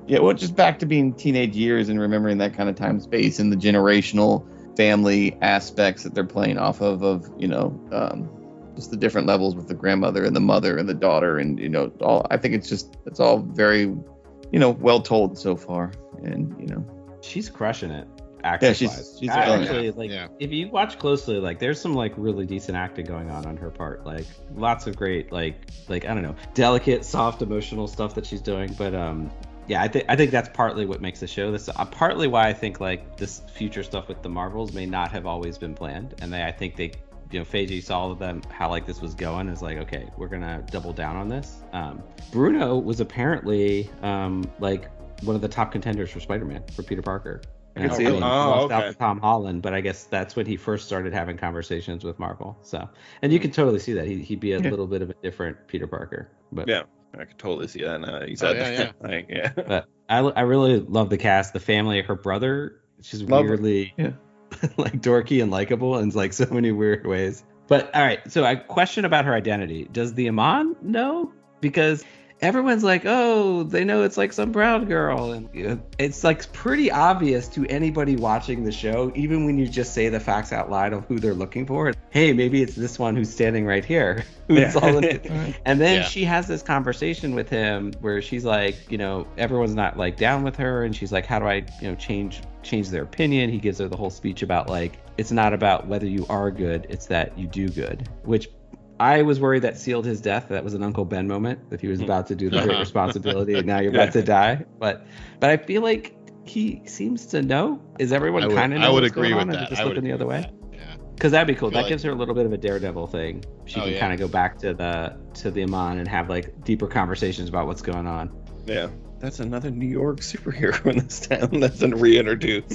Speaker 6: Yeah, well, just back to being teenage years and remembering that kind of time space and the generational family aspects that they're playing off of, of you know, um, just the different levels with the grandmother and the mother and the daughter and you know, all. I think it's just it's all very, you know, well told so far, and you know,
Speaker 8: She's crushing it. Acting
Speaker 6: she's- she's killing it.
Speaker 8: actually like
Speaker 7: Yeah.
Speaker 8: if you watch closely, like there's some like really decent acting going on on her part. Like lots of great like like I don't know delicate, soft, emotional stuff that she's doing. But um, yeah, I think I think that's partly what makes the show. That's uh, partly why I think like this future stuff with the Marvels may not have always been planned, and they I think they you know Feiji saw them how like this was going is like okay we're gonna double down on this. Um, Bruno was apparently um like one of the top contenders for Spider-Man for Peter Parker.
Speaker 5: I can
Speaker 8: And
Speaker 5: see
Speaker 8: I
Speaker 5: that.
Speaker 8: mean,
Speaker 5: Oh,
Speaker 8: lost out
Speaker 5: okay.
Speaker 8: to Tom Holland, but I guess that's when he first started having conversations with Marvel. So, and you can totally see that he, he'd be a
Speaker 6: Yeah.
Speaker 8: little bit of a different Peter Parker. But
Speaker 5: Yeah. I could totally see that now. that You said
Speaker 7: Oh, yeah,
Speaker 5: that. Like, yeah.
Speaker 8: I, I really love the cast, the family, her brother. She's
Speaker 5: Love her.
Speaker 8: weirdly
Speaker 6: Yeah.
Speaker 8: like dorky and likable in like so many weird ways. But all right, so a question about her identity. Does the Iman know? Because everyone's like, oh, they know it's like some brown girl. And you know, it's like pretty obvious to anybody watching the show, even when you just say the facts out loud of who they're looking for. Hey, maybe it's this one who's standing right here. Who's
Speaker 5: Yeah.
Speaker 8: all in- and then
Speaker 7: Yeah.
Speaker 8: she has this conversation with him where she's like, you know, everyone's not like down with her, and she's like, how do I, you know, change change their opinion? He gives her the whole speech about like it's not about whether you are good, it's that you do good, which. I was worried that sealed his death. That was an Uncle Ben moment. If he was about to do the great
Speaker 7: Uh-huh.
Speaker 8: responsibility, and now you're about to die. But, but I feel like he seems to know. Is
Speaker 7: I
Speaker 8: everyone
Speaker 7: would,
Speaker 8: kind of?
Speaker 7: I would agree with that.
Speaker 8: Just
Speaker 7: I would
Speaker 8: looking the other
Speaker 7: agree
Speaker 8: way.
Speaker 7: with that. Yeah.
Speaker 8: Because that'd be cool.
Speaker 7: feel
Speaker 8: That
Speaker 7: like-
Speaker 8: gives her a little bit of a daredevil thing. She
Speaker 7: Oh,
Speaker 8: can
Speaker 7: yeah.
Speaker 8: kind of go back to the to the Amon and have like deeper conversations about what's going on.
Speaker 5: Yeah. That's another New York superhero in this town that's been reintroduced.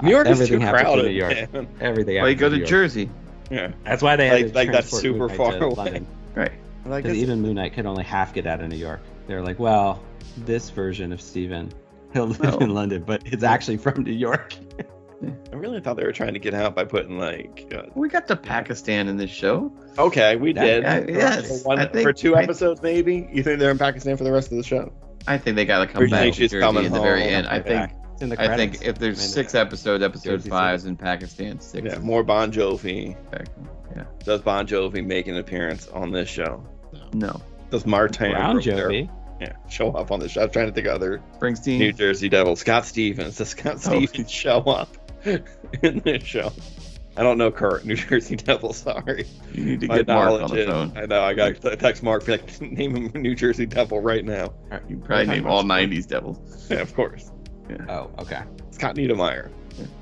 Speaker 5: New
Speaker 8: Uh,
Speaker 5: York is too
Speaker 8: everything happens in
Speaker 5: crowded.
Speaker 8: New York.
Speaker 5: man.
Speaker 8: Everything.
Speaker 6: well, you
Speaker 8: happens
Speaker 6: go
Speaker 8: in
Speaker 6: to
Speaker 8: New York.
Speaker 6: Jersey,
Speaker 5: Yeah.
Speaker 8: That's why they had
Speaker 5: Like-
Speaker 8: to
Speaker 5: like, that's
Speaker 8: transport
Speaker 5: super
Speaker 8: Moonlight
Speaker 5: far
Speaker 8: to
Speaker 5: away.
Speaker 8: London.
Speaker 6: right?
Speaker 5: Like
Speaker 8: Because even Moon Knight could only half get out of New York. They're like, well, this version of Steven, he'll live
Speaker 6: Oh.
Speaker 8: in London, but it's actually from New York.
Speaker 5: I really thought they were trying to get out by putting like, uh,
Speaker 6: We got to Pakistan in this show.
Speaker 5: okay, we
Speaker 8: That-
Speaker 5: did.
Speaker 6: I-
Speaker 5: For
Speaker 6: yes,
Speaker 5: one-
Speaker 6: I think-
Speaker 5: for two
Speaker 6: I-
Speaker 5: episodes, maybe. You think they're in Pakistan for the rest of the show?
Speaker 6: I think they got to come
Speaker 5: Pretty
Speaker 6: back
Speaker 5: think
Speaker 6: to
Speaker 5: she's
Speaker 6: Jersey
Speaker 5: coming
Speaker 6: at the very
Speaker 5: home.
Speaker 6: end. I think.
Speaker 8: It's in the
Speaker 6: I
Speaker 8: credits.
Speaker 6: think if there's
Speaker 8: I mean,
Speaker 6: six episodes, episode
Speaker 8: Jersey City.
Speaker 6: five's in Pakistan, six.
Speaker 5: Yeah.
Speaker 6: is
Speaker 5: More Bon Jovi.
Speaker 6: back.
Speaker 5: Does Bon Jovi make an appearance on this show?
Speaker 6: No.
Speaker 5: Does Martin
Speaker 8: Brown
Speaker 5: from there-
Speaker 8: Jovi.
Speaker 5: yeah, show up on the show? I was trying to think of other
Speaker 6: Springsteen.
Speaker 5: New Jersey Devil. Scott Stevens. Does Scott
Speaker 6: Oh.
Speaker 5: Stevens show up in this show? I don't know current New Jersey Devil. Sorry.
Speaker 6: You need to
Speaker 5: My
Speaker 6: get Mark on
Speaker 5: knowledge
Speaker 6: the
Speaker 5: is-
Speaker 6: phone.
Speaker 5: I know. I got to text Mark. Be like, name him New Jersey Devil right now.
Speaker 6: You probably name all '90s devils.
Speaker 5: Yeah, of course.
Speaker 8: Oh, okay.
Speaker 5: Scott Niedermeyer.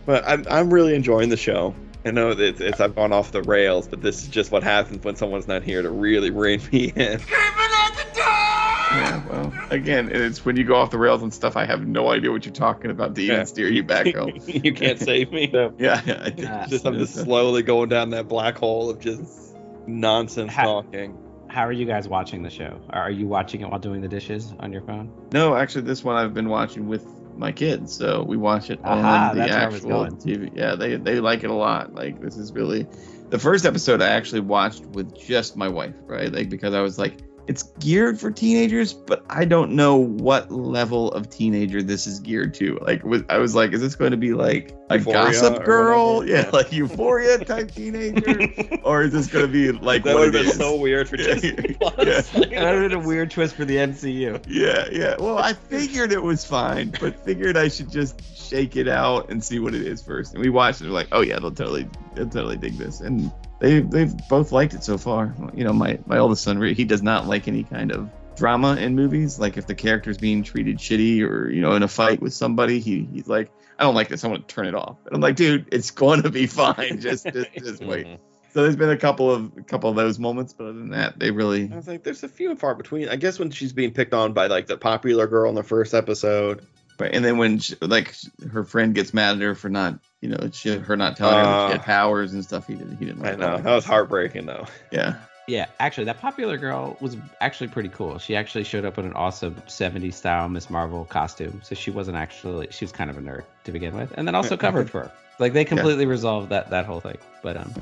Speaker 5: But I'm, I'm really enjoying the show. I know that it's, it's I've gone off the rails, but this is just what happens when someone's not here to really rein me in.
Speaker 4: Screaming at the door.
Speaker 6: Yeah. Well, again, it's when you go off the rails and stuff. I have no idea what you're talking about to even
Speaker 5: Yeah.
Speaker 6: steer you back home.
Speaker 5: you can't save me. No.
Speaker 6: Yeah. yeah I think
Speaker 8: Uh,
Speaker 5: Just I'm just slowly going down that black hole of just nonsense
Speaker 8: Ha-
Speaker 5: talking.
Speaker 8: How are you guys watching the show? Are you watching it while doing the dishes on your phone?
Speaker 6: No, actually, this one I've been watching with my kids, so we watch it on
Speaker 8: Aha,
Speaker 6: the
Speaker 8: that's where I was
Speaker 6: actual
Speaker 8: going.
Speaker 6: TV. Yeah, they they like it a lot. Like this is really the first episode I actually watched with just my wife, right? Like because I was like, it's geared for teenagers, but I don't know what level of teenager this is geared to. Like, was, I was like, is this going to be like a
Speaker 5: Euphoria
Speaker 6: Gossip
Speaker 5: or
Speaker 6: Girl,
Speaker 5: whatever.
Speaker 6: yeah, like Euphoria type teenager, or is this going to be like
Speaker 5: that
Speaker 6: what
Speaker 5: would have
Speaker 6: it
Speaker 5: been
Speaker 6: is?
Speaker 5: so weird for
Speaker 6: Yeah,
Speaker 5: Disney.
Speaker 6: yeah.
Speaker 5: honestly.
Speaker 8: That would have been a weird twist for the MCU.
Speaker 6: Yeah, yeah. Well, I figured it was fine, but figured I should just shake it out and see what it is first. And we watched it. We're like, oh yeah, they'll totally, they'll totally dig this. And they they've both liked it so far. You know, my my oldest son, he does not like any kind of drama in movies. Like if the character's being treated shitty or you know in a fight with somebody, he he's like, I don't like this. I want to turn it off. And I'm like, dude, it's going to be fine. Just just just wait.
Speaker 7: Mhm.
Speaker 6: So there's been a couple of a couple of those moments, but other than that, they really
Speaker 5: I was like, there's a few and far between. I guess when she's being picked on by like the popular girl in the first episode.
Speaker 6: Right, and then when she, like sh- her friend gets mad at her for not, you know, she, her not telling her that she
Speaker 5: Uh,
Speaker 6: had powers and stuff, he didn't, he didn't.
Speaker 5: I
Speaker 6: like
Speaker 5: know
Speaker 6: that.
Speaker 5: that was heartbreaking though.
Speaker 6: Yeah,
Speaker 8: Yeah, actually, that popular girl was actually pretty cool. She actually showed up in an awesome 70s style Miss Marvel costume. So she wasn't actually, she was kind of a nerd to begin with. And then also
Speaker 6: Yeah, I
Speaker 8: covered for her. Like they completely resolved that that whole thing. But um,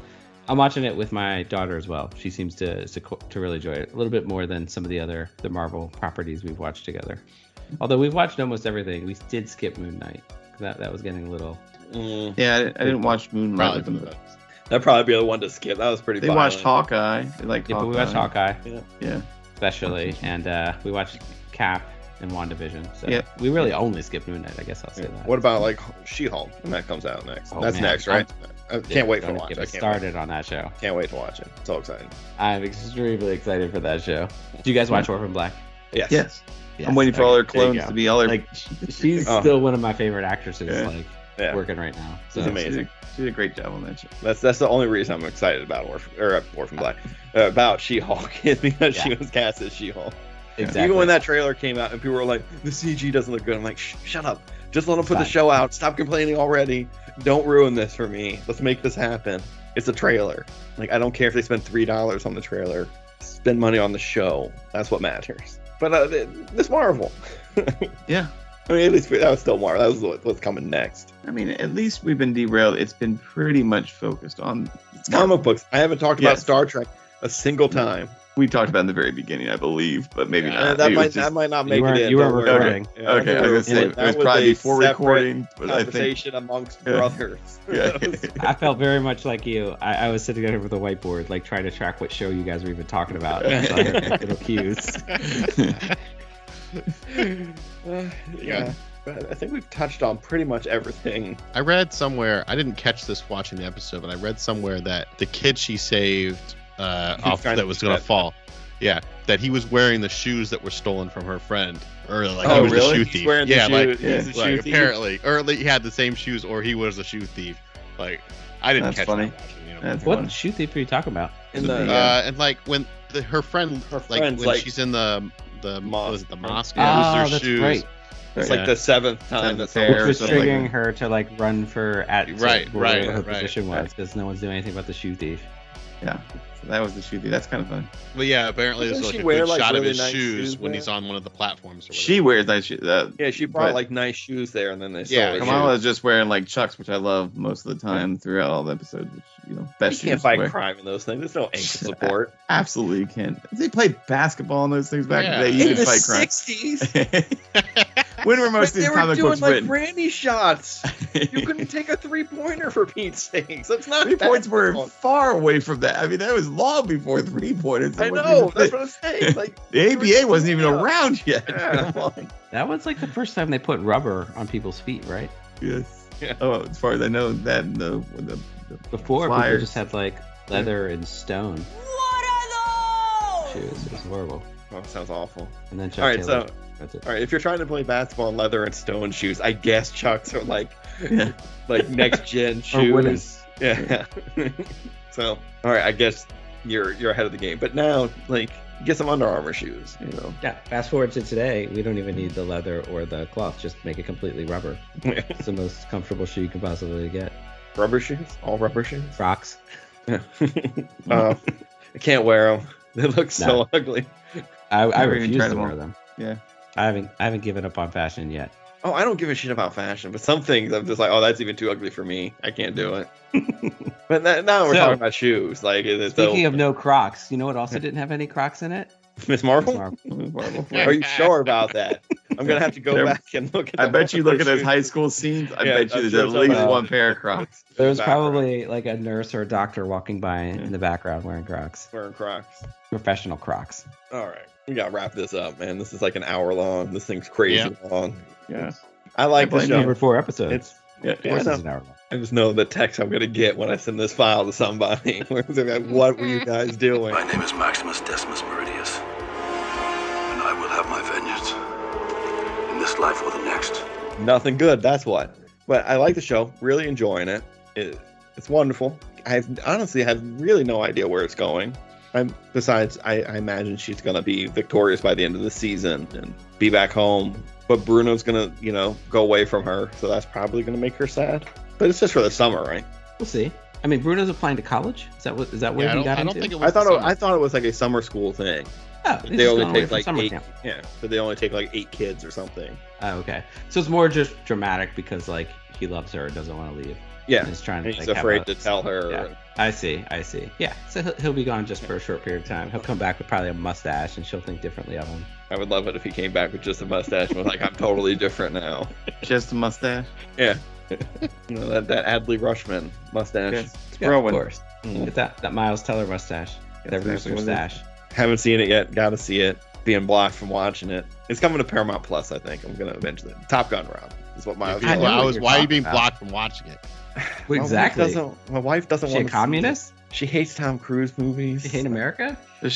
Speaker 8: I'm watching it with my daughter as well. She seems to, to co- to really enjoy it a little bit more than some of the other the Marvel properties we've watched together. Although we've watched almost everything, we did skip Moon Knight. That, that was getting a little.
Speaker 6: yeah. I, di- I didn't watch Moonlight.
Speaker 7: Probably
Speaker 6: with
Speaker 7: for the
Speaker 6: them.
Speaker 7: best.
Speaker 5: That'd probably be the one to skip. That was pretty.
Speaker 6: They
Speaker 5: violent.
Speaker 6: watched Hawkeye. They like
Speaker 8: Yeah, but
Speaker 6: Hawkeye.
Speaker 8: we watched Hawkeye.
Speaker 6: Yeah,
Speaker 8: especially, and uh, we watched Cap and WandaVision. So
Speaker 6: Yep.
Speaker 8: we really only skipped Moon Knight, I guess I'll say
Speaker 5: Yeah.
Speaker 8: that.
Speaker 5: What about like She-Hulk when that comes out next?
Speaker 8: Oh,
Speaker 5: That's
Speaker 8: man.
Speaker 5: next, right? I can't wait for
Speaker 8: Don't
Speaker 5: launch.
Speaker 8: Get
Speaker 5: I
Speaker 8: us
Speaker 5: can't wait.
Speaker 8: started on that show.
Speaker 5: can't wait to watch it. So excited.
Speaker 8: I'm extremely excited for that show. Do you guys watch Orphan Black?
Speaker 5: Yes.
Speaker 6: yes. I'm waiting for all their
Speaker 8: Okay, there you
Speaker 6: clones
Speaker 8: go.
Speaker 6: to be all their.
Speaker 8: Like she's
Speaker 5: Oh.
Speaker 8: still one of my favorite actresses.
Speaker 6: Yeah.
Speaker 8: Like
Speaker 5: Yeah.
Speaker 8: working right now. So
Speaker 5: She's amazing.
Speaker 6: She did a great job on that show.
Speaker 5: That's that's the only reason I'm excited about Orphan or uh, Orphan Black uh, about She-Hulk is because she was cast as She-Hulk.
Speaker 8: exactly.
Speaker 5: Even when that trailer came out and people were like, "The CG doesn't look good," I'm like, "Shh, "Shut up! Just let them put the
Speaker 8: Fine.
Speaker 5: show out. Stop complaining already. Don't ruin this for me. Let's make this happen. It's a trailer. Like I don't care if they spend three dollars on the trailer. Spend money on the show. That's what matters." But uh, th- this Marvel,
Speaker 6: Yeah.
Speaker 5: I mean, at least that was still Marvel. That was what- what's coming next.
Speaker 6: I mean, at least we've been derailed. It's been pretty much focused on.
Speaker 5: It's comic books. I haven't talked about
Speaker 6: Yes.
Speaker 5: Star Trek a single time.
Speaker 6: We talked about in the very beginning, I believe, but maybe
Speaker 7: Yeah,
Speaker 5: Uh,
Speaker 6: not.
Speaker 5: that
Speaker 6: It
Speaker 5: might
Speaker 6: was just-
Speaker 5: that might not
Speaker 8: You
Speaker 5: make
Speaker 8: weren't-
Speaker 5: it. in.
Speaker 8: you
Speaker 5: Don't
Speaker 8: weren't
Speaker 5: worry.
Speaker 8: recording.
Speaker 5: Yeah, I
Speaker 6: okay,
Speaker 5: think
Speaker 6: I
Speaker 5: we were-
Speaker 6: was gonna say
Speaker 5: that
Speaker 6: it was probably
Speaker 5: a
Speaker 6: before
Speaker 5: separate
Speaker 6: recording, but I think.
Speaker 5: conversation amongst
Speaker 6: Yeah.
Speaker 5: brothers.
Speaker 6: Yeah.
Speaker 5: That was-
Speaker 8: I felt very much like you. I, I was sitting over the whiteboard, like trying to track what show you guys were even talking about. It's on your little cues.
Speaker 5: Uh, yeah. But I think we've touched on pretty much everything.
Speaker 7: I read somewhere, I didn't catch this watching the episode, but I read somewhere that the kid she saved uh, off
Speaker 5: trying
Speaker 7: that
Speaker 5: to
Speaker 7: was
Speaker 5: be
Speaker 7: going to
Speaker 5: good.
Speaker 7: fall. Yeah, that he was wearing the shoes that were stolen from her friend, or like
Speaker 6: Oh,
Speaker 7: he was
Speaker 6: really?
Speaker 7: the shoe
Speaker 5: He's
Speaker 7: thief.
Speaker 5: wearing the
Speaker 7: yeah,
Speaker 5: shoe-
Speaker 7: like,
Speaker 5: he's
Speaker 6: yeah,
Speaker 5: the shoe
Speaker 7: like
Speaker 5: thief.
Speaker 7: apparently, or like, he had the same shoes, or he was a shoe thief. Like, I didn't
Speaker 6: That's
Speaker 7: catch
Speaker 6: funny.
Speaker 7: that. Watching, you know?
Speaker 6: That's funny.
Speaker 8: What shoot thief are you talking about?
Speaker 5: In the-
Speaker 6: Yeah.
Speaker 7: Uh, and like when the, her friend,
Speaker 5: Her
Speaker 7: like when
Speaker 5: friends, like-
Speaker 7: she's in the the
Speaker 5: Mosque.
Speaker 7: was it the mosque?
Speaker 8: Oh,
Speaker 7: lose their
Speaker 8: that's
Speaker 7: shoes.
Speaker 8: great.
Speaker 5: It's
Speaker 7: Yeah.
Speaker 5: like the seventh time
Speaker 6: Seventh
Speaker 5: that's
Speaker 6: affair.
Speaker 8: Which
Speaker 6: or
Speaker 8: was
Speaker 6: something like
Speaker 8: triggering
Speaker 6: that.
Speaker 8: her to like run for at
Speaker 7: Right,
Speaker 8: whatever
Speaker 7: right,
Speaker 8: her
Speaker 7: right.
Speaker 8: position was because no one's doing anything about the shoe thief.
Speaker 6: So that was the shooting. That's kind of fun.
Speaker 7: But yeah, apparently
Speaker 5: Doesn't
Speaker 7: there's like
Speaker 5: she
Speaker 7: a
Speaker 5: wear,
Speaker 7: good
Speaker 5: like,
Speaker 7: shot
Speaker 5: really
Speaker 7: of his
Speaker 5: nice
Speaker 7: shoes
Speaker 5: shoes
Speaker 7: when
Speaker 5: there?
Speaker 7: he's on one of the platforms. Or
Speaker 6: She
Speaker 7: whatever.
Speaker 6: wears nice shoes. Uh,
Speaker 5: Yeah, she brought
Speaker 6: But-
Speaker 5: like nice shoes there, and then they
Speaker 7: Yeah,
Speaker 5: stole the
Speaker 6: Kamala
Speaker 5: shoes.
Speaker 6: is just wearing like Chucks, which I love most of the time throughout all the episodes. Which you know,
Speaker 5: You
Speaker 6: best
Speaker 5: can't
Speaker 6: shoes to
Speaker 5: fight
Speaker 6: wear.
Speaker 5: crime in those things. There's no ankle support.
Speaker 6: Absolutely you can. They played basketball and those things back
Speaker 7: Yeah.
Speaker 6: in the day. You could fight crime.
Speaker 5: '60s,
Speaker 6: when were most of
Speaker 5: they
Speaker 6: these
Speaker 5: were
Speaker 6: comic
Speaker 5: doing
Speaker 6: books
Speaker 5: like
Speaker 6: written?
Speaker 5: granny shots. You couldn't take a three-pointer for Pete's sakes. That's not
Speaker 6: three
Speaker 5: that
Speaker 6: points were
Speaker 5: long.
Speaker 6: far away from that. I mean, that was long before three pointers.
Speaker 5: I know. That's what I'm saying. Like
Speaker 6: the ABA wasn't even
Speaker 5: Yeah.
Speaker 6: around yet.
Speaker 5: Yeah.
Speaker 6: Come on.
Speaker 8: That was like the first time they put rubber on people's feet, right?
Speaker 6: Yes.
Speaker 7: Yeah.
Speaker 6: Oh, as far as I know, that and the the, the
Speaker 8: Before people
Speaker 6: Flyers.
Speaker 8: just had like leather and stone
Speaker 4: What are
Speaker 8: shoes. It was horrible.
Speaker 5: Oh, sounds awful.
Speaker 8: And then Chuck
Speaker 5: All right,
Speaker 8: Taylor.
Speaker 5: so
Speaker 8: That's it.
Speaker 5: all right, if you're trying to play basketball in leather and stone shoes, I guess Chucks are like
Speaker 6: Yeah.
Speaker 5: like next gen
Speaker 8: Or women.
Speaker 5: shoes. Yeah. so all right, I guess you're you're ahead of the game. But now, like, get some Under Armour shoes. You know,
Speaker 8: Yeah, fast forward to today, we don't even need the leather or the cloth. Just make it completely rubber.
Speaker 5: Yeah.
Speaker 8: it's the most comfortable shoe you can possibly get.
Speaker 5: rubber shoes, all rubber shoes.
Speaker 8: Crocs.
Speaker 5: Yeah. uh, I can't wear them. They look so
Speaker 8: No.
Speaker 5: ugly.
Speaker 8: I, I
Speaker 6: Never even
Speaker 8: refuse
Speaker 6: tried
Speaker 8: to
Speaker 6: them
Speaker 8: wear
Speaker 6: on.
Speaker 8: them.
Speaker 6: Yeah.
Speaker 8: I haven't I haven't given up on fashion yet.
Speaker 5: Oh, I don't give a shit about fashion, but some things I'm just like, oh, that's even too ugly for me. I can't do it. but that, now we're
Speaker 8: So-
Speaker 5: talking about shoes. Like, it's
Speaker 8: Speaking
Speaker 5: so,
Speaker 8: of no Crocs, you know what also didn't have any Crocs in it?
Speaker 5: Miss Marvel?
Speaker 8: Marvel.
Speaker 6: Miss Marvel.
Speaker 5: Are you sure about that? I'm gonna have to go
Speaker 6: There-
Speaker 5: back and look at.
Speaker 6: I
Speaker 5: the
Speaker 6: bet you look at those
Speaker 5: photo
Speaker 6: high school scenes. I
Speaker 5: Yeah,
Speaker 6: bet you
Speaker 5: I'm
Speaker 6: there's
Speaker 5: sure
Speaker 6: at
Speaker 5: somebody-
Speaker 6: least one pair of Crocs.
Speaker 5: shoots
Speaker 8: There's
Speaker 5: background.
Speaker 8: probably like a nurse or a doctor walking by in the background wearing Crocs,
Speaker 5: wearing Crocs.
Speaker 8: professional Crocs.
Speaker 5: All right, we gotta wrap this up, man. This is like an hour long. This thing's crazy long.
Speaker 6: Yeah.
Speaker 5: I like
Speaker 6: I
Speaker 5: the
Speaker 6: blame
Speaker 5: show.
Speaker 8: Number four episodes.
Speaker 5: It's-
Speaker 6: Yeah.
Speaker 5: Yeah,
Speaker 8: This
Speaker 5: no.
Speaker 8: is an hour long.
Speaker 5: I just know the text I'm gonna get when I send this file to somebody. Where they're like, what were you guys doing?
Speaker 2: My name is Maximus Decimus Meridius, and I will have my vengeance in this life or the next.
Speaker 5: Nothing good. That's what. But I like the show. Really enjoying it. it it's wonderful. I have, honestly have really no idea where it's going. I'm, besides, I, I imagine she's gonna be victorious by the end of the season and be back home. But Bruno's gonna, you know, go away from her, so that's probably gonna make her sad. But it's just for the summer, right?
Speaker 8: We'll see. I mean, Bruno's applying to college. Is that what? Is that where
Speaker 7: Yeah, I
Speaker 8: he
Speaker 7: don't,
Speaker 8: got
Speaker 7: I don't
Speaker 8: into?
Speaker 7: think it was
Speaker 5: I thought
Speaker 7: the
Speaker 5: it,
Speaker 7: summer.
Speaker 5: I thought it was like a summer school thing.
Speaker 8: Oh, he's
Speaker 5: they
Speaker 8: just
Speaker 5: only
Speaker 8: going away
Speaker 5: take
Speaker 8: for
Speaker 5: like
Speaker 8: summer
Speaker 5: eight,
Speaker 8: camp.
Speaker 5: yeah, but they only take like eight kids or something.
Speaker 8: Oh, okay. So it's more just dramatic because like he loves her and doesn't want to leave. And
Speaker 5: Yeah,
Speaker 8: he's trying
Speaker 5: and
Speaker 8: to.
Speaker 5: he's
Speaker 8: like, have
Speaker 5: afraid
Speaker 8: a-
Speaker 5: to tell her.
Speaker 8: Yeah. I see. I see. Yeah. So he'll, he'll be gone just for a short period of time. He'll come back with probably a mustache, and she'll think differently of him.
Speaker 5: I would love it if he came back with just a mustache and was like, "I'm totally different now."
Speaker 6: Just a mustache.
Speaker 5: You know that that Adley Rushman mustache.
Speaker 6: Yes. It's
Speaker 8: Yeah,
Speaker 6: growing.
Speaker 8: of course. Get that that Miles Teller mustache.
Speaker 5: Yes,
Speaker 8: that Reese
Speaker 5: exactly what it is.
Speaker 8: mustache.
Speaker 5: Haven't seen it yet. Got to see it. Being blocked from watching it. It's coming to Paramount Plus. I think I'm gonna eventually. Top Gun Rob is what my
Speaker 7: You're being-
Speaker 8: know
Speaker 7: I
Speaker 8: what
Speaker 7: was,
Speaker 8: you're
Speaker 7: why are you
Speaker 8: talking
Speaker 7: being
Speaker 8: about.
Speaker 7: blocked from watching it?
Speaker 5: My wife
Speaker 8: Oh, exactly.
Speaker 5: doesn't- My wife doesn't
Speaker 8: Is she a
Speaker 5: want
Speaker 8: communist?
Speaker 5: She hates Tom Cruise movies.
Speaker 8: She hate America?
Speaker 6: She-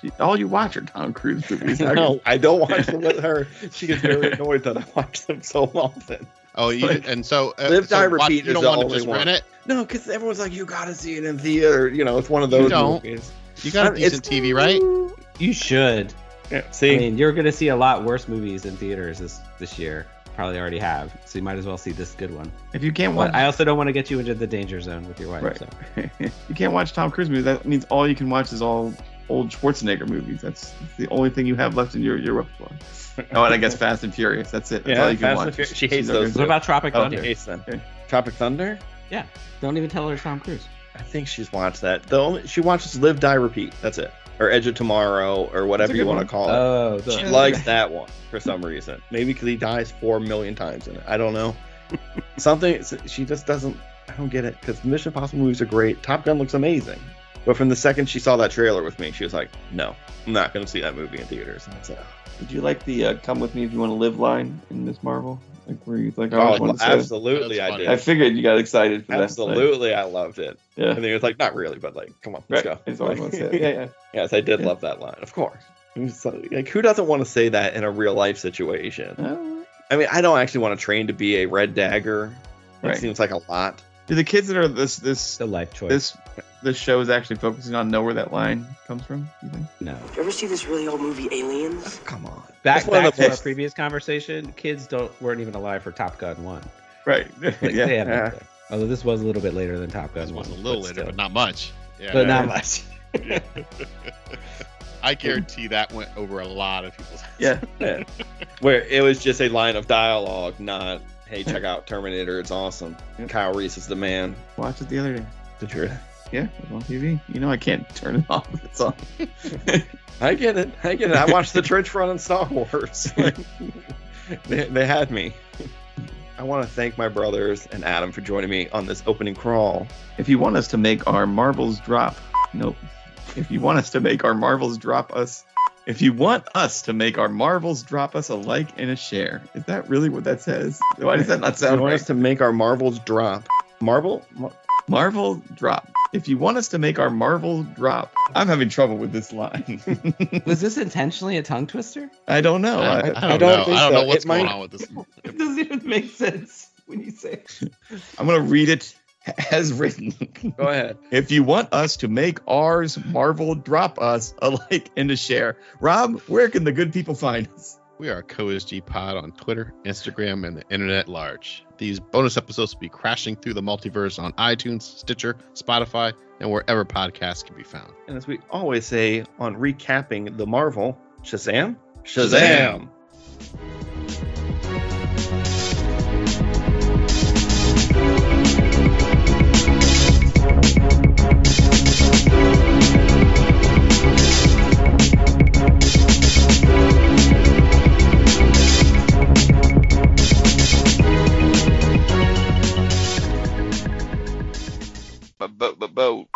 Speaker 6: she- all you watch are Tom Cruise movies.
Speaker 5: No, I don't watch them with her. She gets very annoyed that I watch them so often.
Speaker 7: Oh, you,
Speaker 5: Like,
Speaker 7: and so uh,
Speaker 5: Live,
Speaker 7: so
Speaker 5: Die,
Speaker 7: what,
Speaker 5: Repeat
Speaker 7: You
Speaker 5: is
Speaker 7: don't
Speaker 5: the
Speaker 7: want to
Speaker 5: only
Speaker 7: just
Speaker 5: one.
Speaker 7: rent it.
Speaker 5: No, because everyone's like, you gotta see it in theater. You know, it's one of those
Speaker 7: don't.
Speaker 5: movies.
Speaker 7: You got
Speaker 5: I-
Speaker 7: a decent
Speaker 5: it's-
Speaker 7: TV, right?
Speaker 8: You should.
Speaker 5: Yeah,
Speaker 8: I
Speaker 5: see,
Speaker 8: mean, you're gonna see a lot worse movies in theaters this this year. Probably already have. So you might as well see this good one.
Speaker 6: If you can't watch,
Speaker 8: But I also don't want to get you into the danger zone with your wife.
Speaker 6: Right.
Speaker 8: So.
Speaker 6: you can't watch Tom Cruise movies. That means all you can watch is all old Schwarzenegger movies. That's the only thing you have left in your your repertoire. Oh, and I guess Fast and Furious. That's it. That's
Speaker 5: Yeah,
Speaker 6: all you can
Speaker 5: Fast and
Speaker 6: watch.
Speaker 5: Furious. She hates
Speaker 6: She's never
Speaker 5: those.
Speaker 6: gonna
Speaker 8: What
Speaker 6: do it.
Speaker 8: about Tropic
Speaker 6: Oh,
Speaker 8: Thunder?
Speaker 6: okay.
Speaker 5: hates them. Tropic Thunder.
Speaker 8: Don't even tell her it's Tom Cruise.
Speaker 5: I think she's watched that. The only she watches Live, Die, Repeat. That's it, or Edge of Tomorrow, or whatever
Speaker 6: good
Speaker 5: you want
Speaker 6: one.
Speaker 5: to call it.
Speaker 8: Oh,
Speaker 5: she
Speaker 8: the,
Speaker 5: likes that one for some reason. Maybe because he dies four million times in it. I don't know. Something she just doesn't. I don't get it because Mission Impossible movies are great. Top Gun looks amazing, but from the second she saw that trailer with me, she was like, "No, I'm not going to see that movie in theaters." And I "Oh, was like,
Speaker 6: Did you like the uh, "Come with me if you want to live" line in Miss Marvel? Like where you like, I always
Speaker 5: "Oh,
Speaker 6: want to say. that.
Speaker 5: absolutely,
Speaker 7: That's
Speaker 5: I
Speaker 7: funny.
Speaker 6: I
Speaker 5: did.
Speaker 6: figured you got excited for that.
Speaker 5: Absolutely, I loved it."
Speaker 6: Yeah.
Speaker 5: And then he was like, "Not really, but like, come on, let's
Speaker 6: right.
Speaker 5: go."
Speaker 6: That's all I want to say. Yeah, yeah.
Speaker 5: Yes, I did
Speaker 6: Yeah.
Speaker 5: love that line. Of course. It was so- Like, who doesn't want to say that in a real life situation?
Speaker 6: Oh,
Speaker 5: I mean, I don't actually want to train to be a red dagger. That
Speaker 6: Right.
Speaker 5: seems like a lot.
Speaker 6: Do the kids that are this this
Speaker 8: the life choice.
Speaker 6: this this show is actually focusing on know where that line comes from? You think?
Speaker 8: no.
Speaker 10: You ever see this really old movie Aliens?
Speaker 5: Come on.
Speaker 8: Back,
Speaker 5: one
Speaker 8: back
Speaker 5: of the
Speaker 8: to our
Speaker 5: best.
Speaker 8: previous conversation, kids don't weren't even alive for Top Gun one.
Speaker 6: Right.
Speaker 8: Like,
Speaker 6: yeah.
Speaker 8: they have no clue. Although this was a little bit later than Top Gun
Speaker 7: This was
Speaker 8: one.
Speaker 7: a little
Speaker 8: but
Speaker 7: later,
Speaker 8: still.
Speaker 7: but not much. Yeah,
Speaker 8: But not much.
Speaker 7: I guarantee that went over a lot of people's. heads.
Speaker 6: Yeah.
Speaker 5: Where it was just a line of dialogue, not, hey, check out Terminator. It's awesome.
Speaker 6: Yep.
Speaker 5: Kyle Reese is the man.
Speaker 6: Watched it the other day.
Speaker 5: Did you really?
Speaker 6: Yeah, it was on TV. You know I can't turn it off. if It's on.
Speaker 5: I get it. I get it. I watched the trench run in Star Wars. Like, they, they had me. I want to thank my brothers and Adam for joining me on this opening crawl.
Speaker 6: If you want us to make our marbles drop, nope. If you want us to make our marbles drop us, if you want us to make our marbles drop us a like and a share. Is that really what that says? Why does that not
Speaker 5: I
Speaker 6: sound
Speaker 5: want
Speaker 6: right?
Speaker 5: us to make our marbles drop. Marble? Mar-
Speaker 6: Marvel drop. If you want us to make our marvel drop, I'm having trouble with this line.
Speaker 8: Was this intentionally a tongue twister?
Speaker 6: I don't know.
Speaker 7: I, I
Speaker 6: I,
Speaker 7: don't
Speaker 5: I don't
Speaker 7: know.
Speaker 5: think
Speaker 7: I don't
Speaker 5: so.
Speaker 7: know what's
Speaker 5: It
Speaker 7: going
Speaker 5: might-
Speaker 7: on with this.
Speaker 8: It doesn't even make sense when you say it.
Speaker 6: I'm gonna read it as written.
Speaker 5: Go ahead.
Speaker 6: If you want us to make ours Marvel, drop us a like and a share. Rob, where can the good people find us?
Speaker 7: We are CoSG Pod on Twitter, Instagram, and the internet at large. These bonus episodes will be crashing through the multiverse on iTunes, Stitcher, Spotify, and wherever podcasts can be found.
Speaker 5: And as we always say on recapping the Marvel, Shazam?
Speaker 7: Shazam.
Speaker 11: boat, but boat.